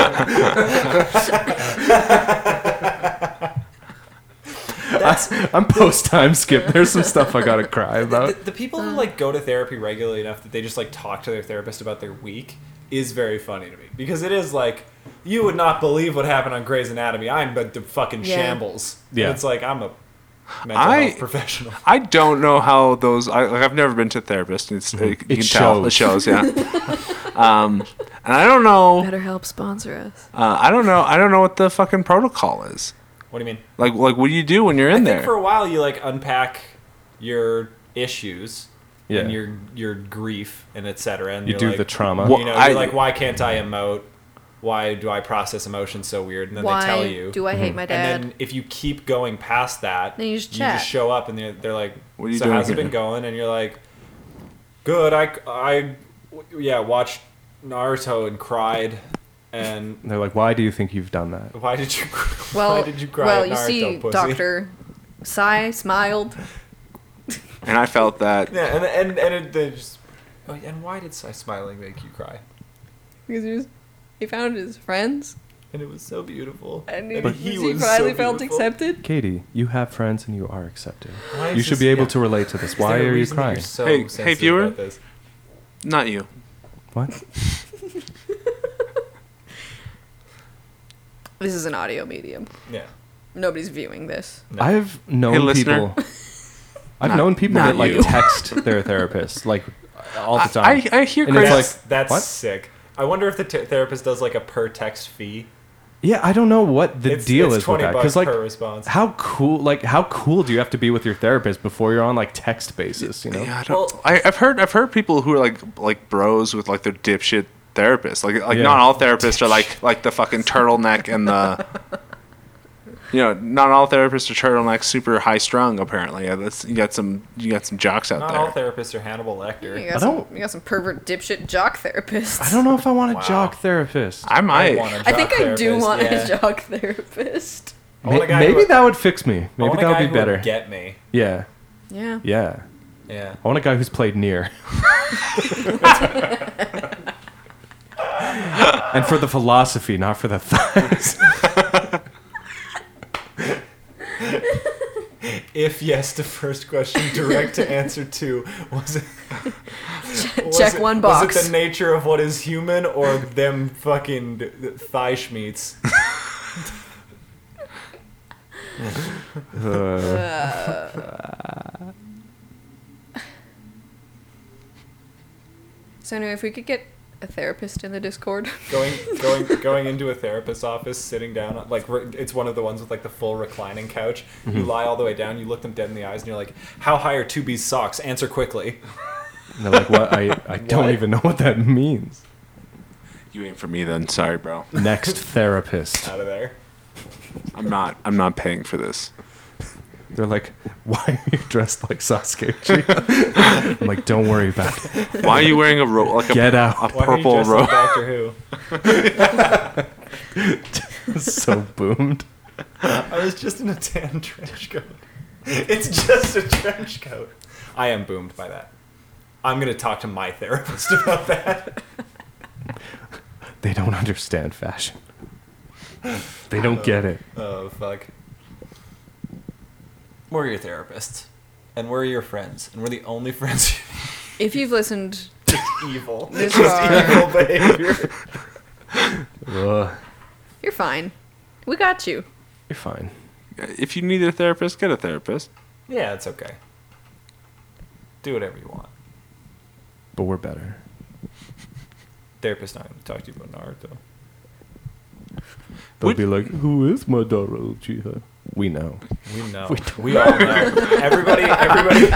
C: I'm post time skip. There's some stuff I gotta cry
A: the,
C: about.
A: the people
B: Uh.
A: who like go to therapy regularly enough that they just like talk to their therapist about their week is very funny to me because it is like you would not believe what happened on Grey's Anatomy. I'm but the fucking
B: Yeah.
A: shambles.
C: Yeah.
A: and it's like I'm a mental
D: I-
A: health professional.
D: I don't know how those. I, like, I've never been to a therapist. and It's, you can
C: Mm-hmm. It
D: tell. It shows, yeah. um, and I don't
A: Oh.
D: know.
M: Better help sponsor us.
D: Uh, I don't know. I don't know what the fucking protocol is.
A: What do you mean?
D: Like, like, what do you do when you're in
A: I think
D: there?
A: for a while you like unpack your issues
C: Yeah.
A: and your your grief and etc. And
C: You
A: you're
C: do
A: like,
C: the trauma. Mm-hmm.
A: You know,
D: Well,
A: you're
D: I-
A: like, why can't I emote? why do I process emotions so weird? And then
B: Why
A: they tell you.
B: do I hate my dad?
A: and then if you keep going past that,
B: Then you just chat.
A: show up and they're, they're like,
D: What are you
A: so
D: doing
A: how's it
D: here?"
A: been going? And you're like, good. I, I, yeah, watched Naruto and cried. And
C: And they're like, why do you think you've done that?
A: why did you?
B: well,
A: why did you cry?
B: well,
A: at
B: you
A: Naruto,
B: see,
A: pussy?
B: Doctor Sai smiled.
D: And I felt that
A: Yeah, and and and it, they just. Oh, yeah, and why did Sai smiling make you cry?
B: Because he, was, he found his friends,
A: And it was so beautiful.
B: and he,
A: But
B: he,
A: he was so
B: finally felt
A: beautiful.
B: accepted.
C: Katie, you have friends and you are accepted.
A: Why
C: You
A: is
C: should
A: this-
C: be able
A: yeah.
C: to relate to this.
A: Is there
C: Why
A: a
C: are you
A: reason that
C: crying?
A: You're so
D: Hey- hey,
A: sensitive
D: viewer?
A: about this?
D: not you.
C: What?
B: This is an audio medium.
A: Yeah.
B: Nobody's viewing this.
A: No.
C: I've known
D: Hey, listener.
C: people. I've
D: Not-
C: known people
D: not
C: that like
D: you.
C: text their therapist like all the time.
D: I, I, I hear
C: And it's
D: crazy.
A: That's,
C: like,
A: that's
C: what?
A: sick. I wonder if the t- therapist does like a per text fee.
C: yeah, I don't know what the
A: It's-
C: deal
A: it's
C: is with
A: 20
C: that
A: bucks
C: because like
A: per response.
C: how cool like how cool do you have to be with your therapist before you're on like text basis? You know,
D: Yeah, I don't,
A: Well-
D: I, I've heard I've heard people who are like like bros with like their dipshit therapists. Like like
C: Yeah.
D: not all therapists are like like the fucking turtleneck and the. You know, not all therapists are turtleneck super high strung. Apparently, yeah, that's you got some you got some jocks out
A: Not
D: there.
A: all therapists are Hannibal
B: You
A: Lecter.
B: got,
C: I
B: some,
C: don't-
B: you got some pervert dipshit jock therapists.
C: I don't know if I want a
A: Wow.
C: jock therapist.
D: I might.
A: want a
B: I think
A: jock
B: I do
A: therapist,
B: want
A: yeah.
B: a jock therapist.
A: I want a
C: May-
A: guy
C: maybe
A: who-
C: that would fix me.
A: I
C: Maybe
A: want a
C: that
A: guy
C: would
A: who
C: be better.
A: Get me.
C: yeah,
B: Yeah.
C: yeah.
A: Yeah.
C: I want a guy who's played near. and for the philosophy, not for the thighs.
A: If yes to first question, direct to answer two. Was it? was
B: check
A: it-
B: one
A: Was it
B: box.
A: the nature of what is human or them fucking thigh schmeats?
C: Uh,
B: Uh. So anyway, if we could get a therapist in the Discord,
A: going going going into a therapist's office sitting down on- like re- it's one of the ones with like the full reclining couch you lie all the way down you look them dead in the eyes and you're like how high are 2b's socks answer quickly
C: and they're like, what? I, I don't
A: What?
C: even know what that means.
D: You ain't for me then. Sorry, bro.
C: Next therapist.
A: out of there
D: I'm not. I'm not paying for this.
C: They're like, why are you dressed like Sasuke? I'm like, don't worry about it.
D: Why are you wearing a robe? Like a,
C: Get
D: a
C: out.
A: why are you
D: purple
A: dressed
D: robe.
A: like doctor who
C: so boomed.
A: i was Oh, just in a tan trench coat it's just a trench coat i am boomed by that i'm going to talk to my therapist about that
C: They don't understand fashion. They don't get it.
A: oh fuck we're your therapists and we're your friends and we're the only friends
B: if you've listened
A: evil
B: this far,
A: evil behavior
C: Ugh,
B: you're fine. We got you.
C: you're fine.
D: If you need a therapist, get a therapist.
A: Yeah, it's okay. Do whatever you want.
C: But we're better.
A: Therapist not gonna talk to you about Naruto.
C: They'll
D: Would-
C: be like, who is Madara Uchiha? We know.
A: We know.
C: We don't-
A: We, all know. everybody, everybody,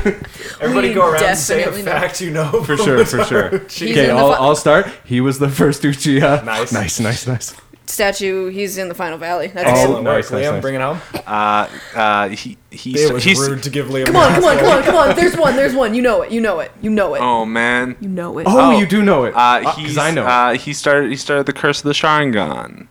A: everybody,
B: We
A: go around and say a
B: definitely know.
A: fact you know
C: For
A: from
C: sure,
A: this
C: for sure.
A: Naruto.
B: He's
C: Okay,
B: in the
C: I'll,
B: fi-
C: I'll start. He was the first Uchiha.
A: Nice.
C: nice, nice, nice.
B: Statue, he's in the Final Valley. That's
C: Oh,
A: Excellent work,
B: him.
C: nice, nice,
A: Liam.
C: nice.
A: Bring it home.
D: Uh, uh, he he's
A: It was
D: he's.
A: rude to give Liam.
B: Come on, come on, come on, come on. There's one, there's one. You know it, you know it, you know it.
D: Oh man.
B: You know it.
C: Oh,
D: Oh,
C: you do know it.
D: Uh,
C: Because
D: he's,
C: I know. it.
D: Uh, he started. He started the curse of the Sharingan.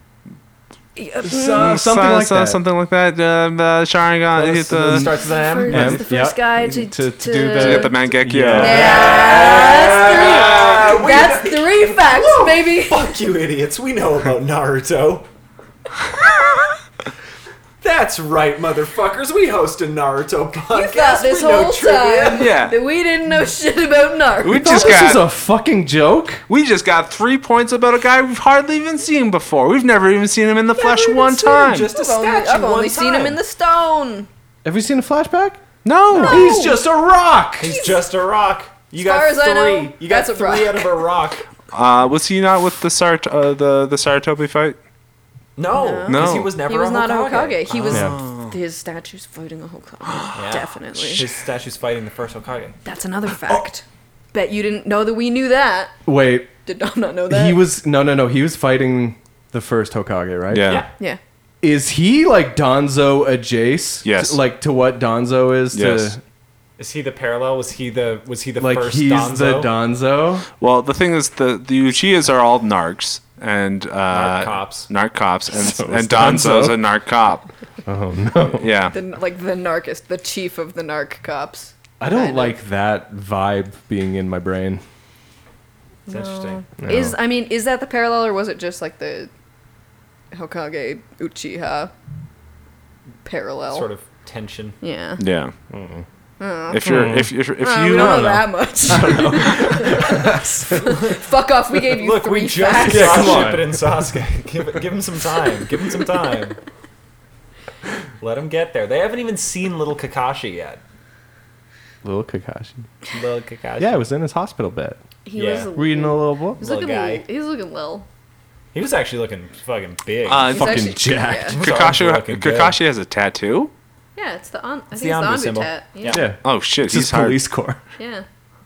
C: So- Mm, something
D: So-
C: like
D: so-
C: that.
D: Something like that. Um, uh, Sharingan.
A: Well,
D: he hit
A: this- this
D: the,
A: starts with an M.
C: Yeah.
N: It's the first
C: Yeah.
N: guy to,
C: To- to
N: to,
C: do
D: he hit the
C: the-
D: Mangekyo.
C: Yeah.
B: That's three. That's three facts, baby.
A: Fuck you, idiots. We know about Naruto. That's right, motherfuckers. We host a Naruto podcast.
B: You thought this
A: we know
B: whole
A: trivia.
B: time
D: Yeah.
B: that we didn't know shit about Naruto.
D: We
C: Thought
D: just
C: this is
D: got
C: a fucking joke.
D: we just got three points about a guy we've hardly even seen before. We've never even seen him in the flesh
A: even
D: one
A: seen him,
D: time.
A: Just a
B: I've only,
A: statue.
B: I've
A: one
B: only seen him
A: time.
B: in the stone.
C: Have you seen a flashback?
D: no.
C: He's just a rock.
A: He's just a rock. You
B: As far
A: got
B: as I know,
A: three. You got
B: that's a
A: three
B: rock.
A: out of a rock.
D: Uh, was he not with the Sart uh, the the Saratobi fight?
A: No,
D: No.
A: because he was never.
B: He was
A: a
B: not a
A: Hokage.
B: Hokage. He was
C: Yeah.
B: his statue's fighting a Hokage. Definitely.
A: His statue's fighting the first Hokage.
B: That's another
A: Oh.
B: fact. Bet you didn't know that we knew that.
C: Wait,
B: Did Dom not know that?
C: he was no, no, no. He was fighting the first Hokage, right?
D: Yeah.
A: Yeah.
B: Yeah.
C: Is he like Donzo adjacent?
D: Yes.
C: like to what Donzo is
D: Yes.
C: to
A: Is he the parallel? Was he the was he the
C: like
A: first
C: he's
A: Donzo?
C: the Donzo.
D: Well, the thing is, the the Uchias are all narcs and uh, narc
A: cops.
D: narc cops, and
C: So is
D: and Donzo's
C: Donzo.
D: a narc cop.
C: Oh no,
D: Yeah,
B: The, like the narcist, the chief of the narc cops.
C: I don't
B: Kind of.
C: like that vibe being in my brain.
A: It's interesting.
B: Is I mean, is that the parallel, or was it just like the Hokage Uchiha parallel?
A: Sort of tension.
B: Yeah.
D: yeah. If you're
A: Mm.
D: if if, if
B: Uh,
D: you
B: Mm. we don't know,
D: know,
B: that much. Fuck off! We gave you
A: Look,
B: three
A: we just
B: facts.
C: Yeah,
A: saw
C: come on.
A: Shippuden and Sasuke. Give, give him some time. Give him some time. Let him get there. They haven't even seen Little Kakashi yet.
C: Little Kakashi.
A: Little Kakashi.
C: Yeah, it was in his hospital bed
B: He
A: Yeah.
B: was
C: reading a little book.
B: He's
A: Little
B: looking.
A: guy.
B: He's looking little.
A: He was actually looking fucking big.
D: uh,
B: He's
D: fucking
B: actually-
C: jacked.
B: Yeah.
D: Kakashi
A: Fucking good.
D: Kakashi has a tattoo.
B: yeah, it's the on. I
A: It's
B: think
A: the Anbu
B: it's the Anbu
A: symbol.
B: tat. Yeah. yeah.
C: Yeah,
D: Oh shit,
C: it's his
D: he's hard.
C: police corps.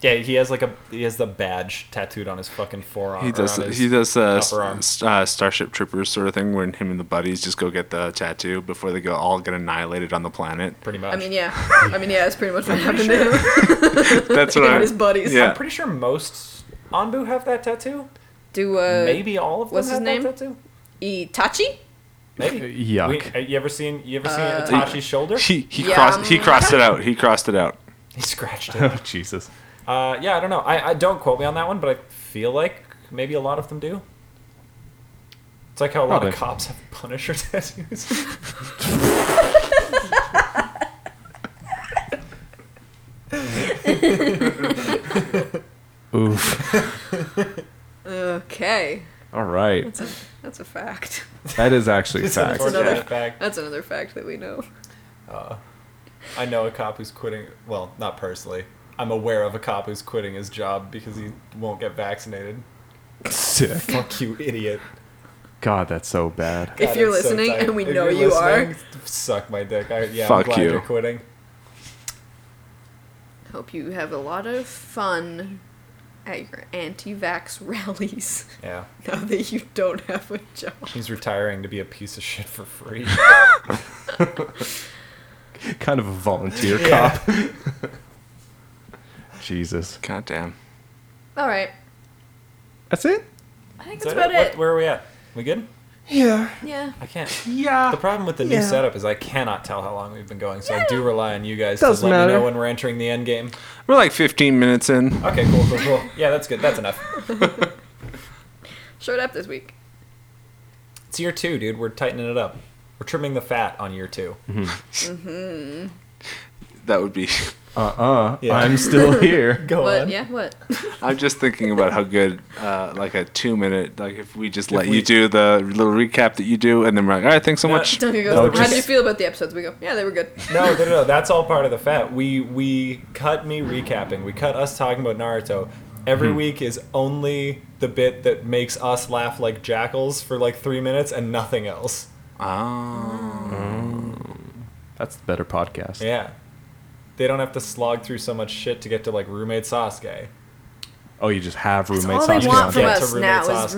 A: Yeah, he has like a he has the badge tattooed on his fucking forearm.
D: He
A: or
D: does
A: on his
D: he does uh, s-
A: upper arm.
D: s- uh, Starship Troopers sort of thing where him and the buddies just go get the tattoo before they go all get annihilated on the planet.
A: pretty much.
B: I mean, yeah. I mean, yeah. That's pretty much what happened to him.
D: That's what
B: Him
D: I
B: and his buddies.
D: Yeah.
A: I'm pretty sure most Anbu have that tattoo.
B: Do uh,
A: Maybe all of them
B: what's
A: have
B: his
A: that
B: name?
A: tattoo.
B: Itachi?
A: Maybe.
C: Yuck.
A: We- uh, you ever seen you ever seen Itachi's shoulder?
D: He he
B: Yeah,
D: crossed he
B: um,
D: crossed it out. He crossed it out.
A: He scratched it.
C: oh Jesus.
A: Uh, yeah, I don't know. I, I don't quote me on that one, but I feel like maybe a lot of them do. It's like how a lot
C: Probably.
A: of cops have Punisher tattoos.
C: Oof.
B: Okay,
C: All right,
B: that's a fact.
C: that is actually a fact.
A: Or
B: another-
A: fact.
B: That's another fact that we know.
A: I know a cop who's quitting. Well, not personally. I'm aware of a cop who's quitting his job because he won't get vaccinated.
C: Sick.
A: Fuck you, idiot.
C: God, that's so bad.
B: If
A: God,
B: you're
A: it's so
B: listening,
A: tight.
B: and we
A: If
B: know
A: you're
B: you are,
A: listening, suck my dick. I, yeah, I'm
D: Fuck
A: glad
D: you.
A: you. are quitting.
B: hope you have a lot of fun at your anti-vax rallies.
A: Yeah,
B: Now that you don't have a job,
A: he's retiring to be a piece of shit for free.
C: Kind of a volunteer cop. Jesus.
D: God damn.
B: all right.
C: That's it?
B: I think
A: Is
B: that's
A: that
B: about
A: it? What-
B: it.
A: where are we at? We good?
C: Yeah.
B: Yeah.
A: I can't.
C: Yeah.
A: The problem with the new setup is I cannot tell how long we've been going, so I do rely on you guys to let
C: Doesn't
A: me know
C: matter.
A: when we're entering the end game.
D: We're like 15 minutes in.
A: Okay, cool, cool, cool. Yeah, that's good. That's enough.
B: Showed up this week.
A: It's year two, dude. We're tightening it up. We're trimming the fat on year two.
B: Mhm.
D: That would be.
C: Uh-uh.
A: Yeah.
C: I'm still here.
A: Go
B: what?
A: on.
B: Yeah. What?
D: I'm just thinking about how good, uh, like a two minute, like if we just let
A: we-
D: you do the little recap that you do, and then we're like, all right, thanks so
A: No.
D: much.
B: Duncan goes.
A: No,
B: How
A: just-
B: did you feel about the episodes? We go. Yeah, they were good.
A: No, no, no, no. That's all part of the fat. We we cut me recapping. We cut us talking about Naruto.
B: Mhm.
A: Every week is only the bit that makes us laugh like jackals for like three minutes and nothing else.
D: Oh.
C: That's the better podcast.
A: Yeah. They don't have to slog through so much shit to get to like roommate Sasuke.
C: Oh, you just have
B: That's
C: roommate
B: all they
C: Sasuke.
B: want from
A: Yeah, to
B: us
A: roommate
B: now is
A: Sasuke.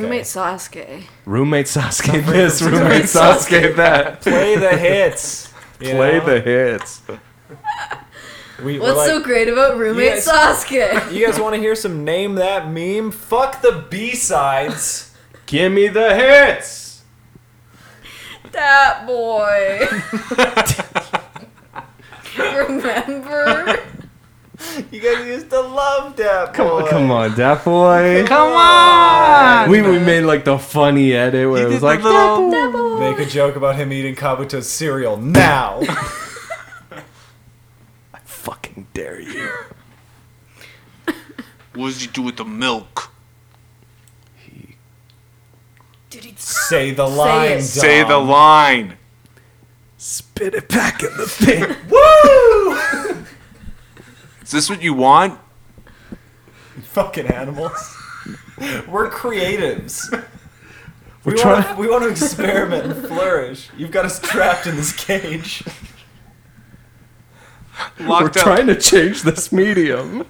C: Roommate
B: roommate Sasuke.
C: Sasuke this, roommate
D: Sasuke
C: Sasuke that.
A: Play the hits. you
C: Play
A: know?
C: the hits.
A: We, we're
B: What's
A: like,
B: so great about roommate
A: guys-
B: Sasuke?
A: You guys want to hear some name that meme? Fuck the B sides.
C: Give me the hits.
B: that boy. Remember?
A: You guys used to love that.
C: Come on,
A: boy.
C: come on, that boy. Come on. We, we made like the funny edit where it was like, "Dat boy."
A: Make a joke about him eating Kabuto's cereal now.
C: I fucking dare you.
O: What does he do with the milk?
A: Say the line.
B: it.
D: Say the line.
C: Spit it back in the thing.
D: Is this what you want?
A: Fucking animals. We're creatives.
C: We're
A: We want, to,
C: trying.
A: we want to experiment and flourish. You've got us trapped in this cage.
C: We're
D: Locked up.
C: trying to change this medium.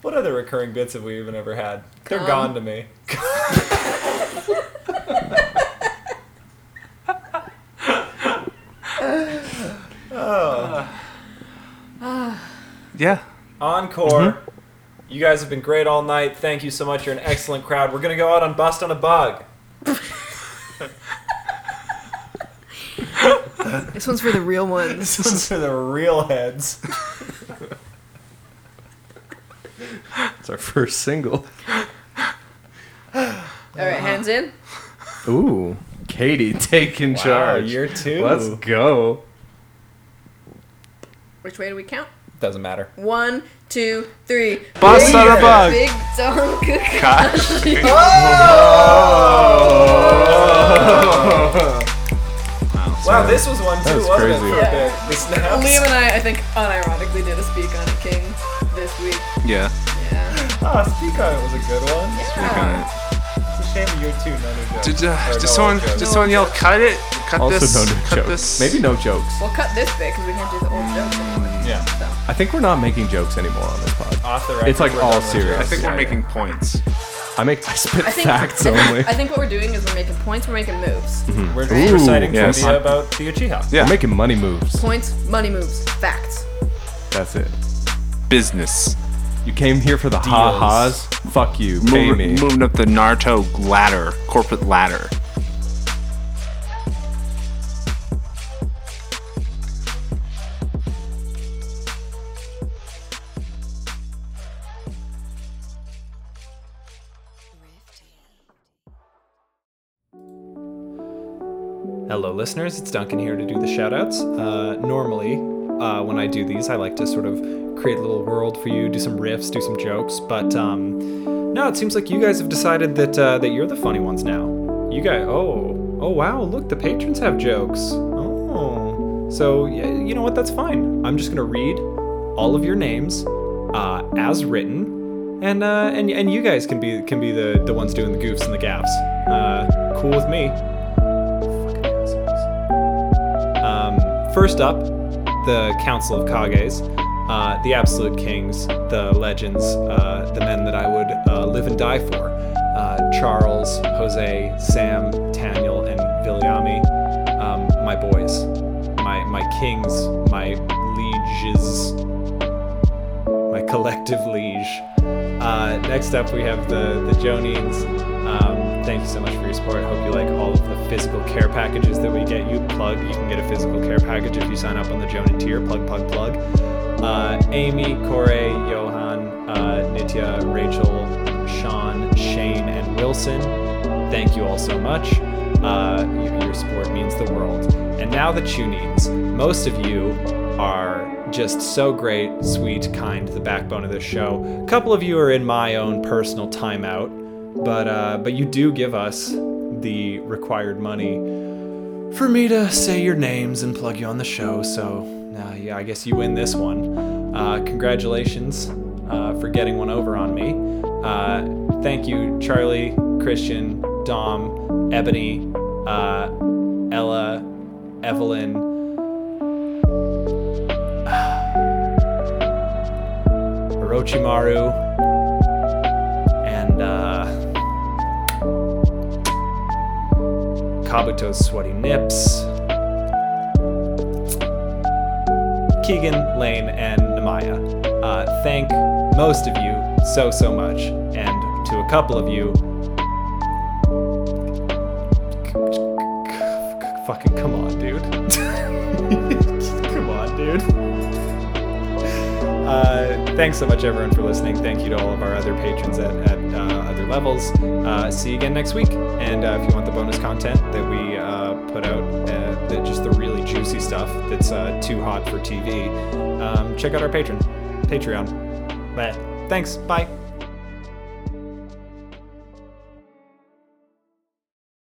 A: What other recurring bits have we even ever had? They're gone to me.
D: Yeah.
G: Encore. You guys have been great all night. Thank you so much. You're an excellent crowd. We're gonna go out on bust on a bug.
B: This one's for the real ones.
G: This is for the real heads.
C: It's our first single.
B: All right, hands in.
C: Ooh, Katie taking charge.
G: year two.
C: Let's go.
B: Which way do we count?
G: Doesn't matter.
B: One, two, three.
D: Bust
B: Big-
D: on a bug.
B: Big dumb cook.
G: Wow, this was one too,
C: was
G: wasn't it?
C: crazy.
G: For a bit? The snaps.
B: Liam and I, I think, unironically did a speak on King this week.
D: Yeah.
B: Yeah.
G: Ah, speak on it was a good one.
D: Alright.
G: It's a shame year two, no new jokes.
D: Did, uh,
G: Or
D: did
G: no
D: someone
G: old jokes.
D: did someone yell cut it? Cut
C: Also
D: this.
C: no
D: cut
C: jokes.
D: this.
C: Maybe no jokes.
B: We'll cut this bit because we can't do the old jokes anymore.
G: Yeah.
B: So.
C: I think we're not making jokes anymore on this pod.
G: Off the record,
C: It's like
G: we're done
C: all
G: with
C: serious.
D: I
G: jokes.
D: think
C: Yeah,
D: we're
C: yeah.
D: making points.
C: I make I spit
B: I think,
C: facts
B: I think-
C: only. Mm-hmm.
B: I think what we're doing is we're making points, we're making moves.
G: We're
C: Ooh,
G: just reciting
D: yes.
G: trivia about the Uchiha.
D: Yeah.
C: We're making money moves.
B: Points, money moves, facts.
C: That's it.
D: Business.
C: You came here for the ha ha's. Fuck you. Pay
D: Move,
C: me.
D: moving up the Naruto ladder, corporate ladder.
A: Hello, listeners. It's Duncan here to do the shout outs. Uh, normally, uh, when I do these, I like to sort of create a little world for you, do some riffs, do some jokes, but um, no, it seems like you guys have decided that uh, that you're the funny ones now. You guys, oh, oh wow, look, the patrons have jokes. Oh, so yeah, you know what? That's fine. I'm just gonna read all of your names uh, as written, and uh, and and you guys can be can be the the ones doing the goofs and the gaffs. Uh, cool with me. Um, first up, the Council of Kages, uh, the absolute kings, the legends, uh, the men that I would uh, live and die for. Uh, Charles, Jose, Sam, Taniel, and Viliami, um, my boys, my, my kings, my lieges, my collective liege. Uh, next up, we have the the Jonians. Um, thank you so much for your support. Hope you like all of the physical care packages that we get you. Plug, you can get a physical care package if you sign up on the Jonin tier. Plug, plug, plug. Uh, Amy, Corey, Johan, uh, Nitya, Rachel, Sean, Shane, and Wilson. Thank you all so much. Uh, your, your support means the world. And now the tunings. Most of you are just so great, sweet, kind, the backbone of this show. A couple of you are in my own personal timeout, but uh, but you do give us the required money for me to say your names and plug you on the show. So uh, yeah, I guess you win this one. Uh, congratulations uh, for getting one over on me. Uh, thank you, Charlie, Christian, Dom, Ebony, uh, Ella, Evelyn. Orochimaru, and uh, Kabuto's Sweaty Nips, Keegan, Lane, and Namaya. Uh, thank most of you so, so much, and to a couple of you, fucking come on, dude. come on, dude. Uh, thanks so much, everyone, for listening. Thank you to all of our other patrons at, at uh, other levels. Uh, see you again next week. And uh, if you want the bonus content that we uh, put out, uh, the, just the really juicy stuff that's uh, too hot for TV, um, check out our patron, Patreon. Bye. Thanks. Bye.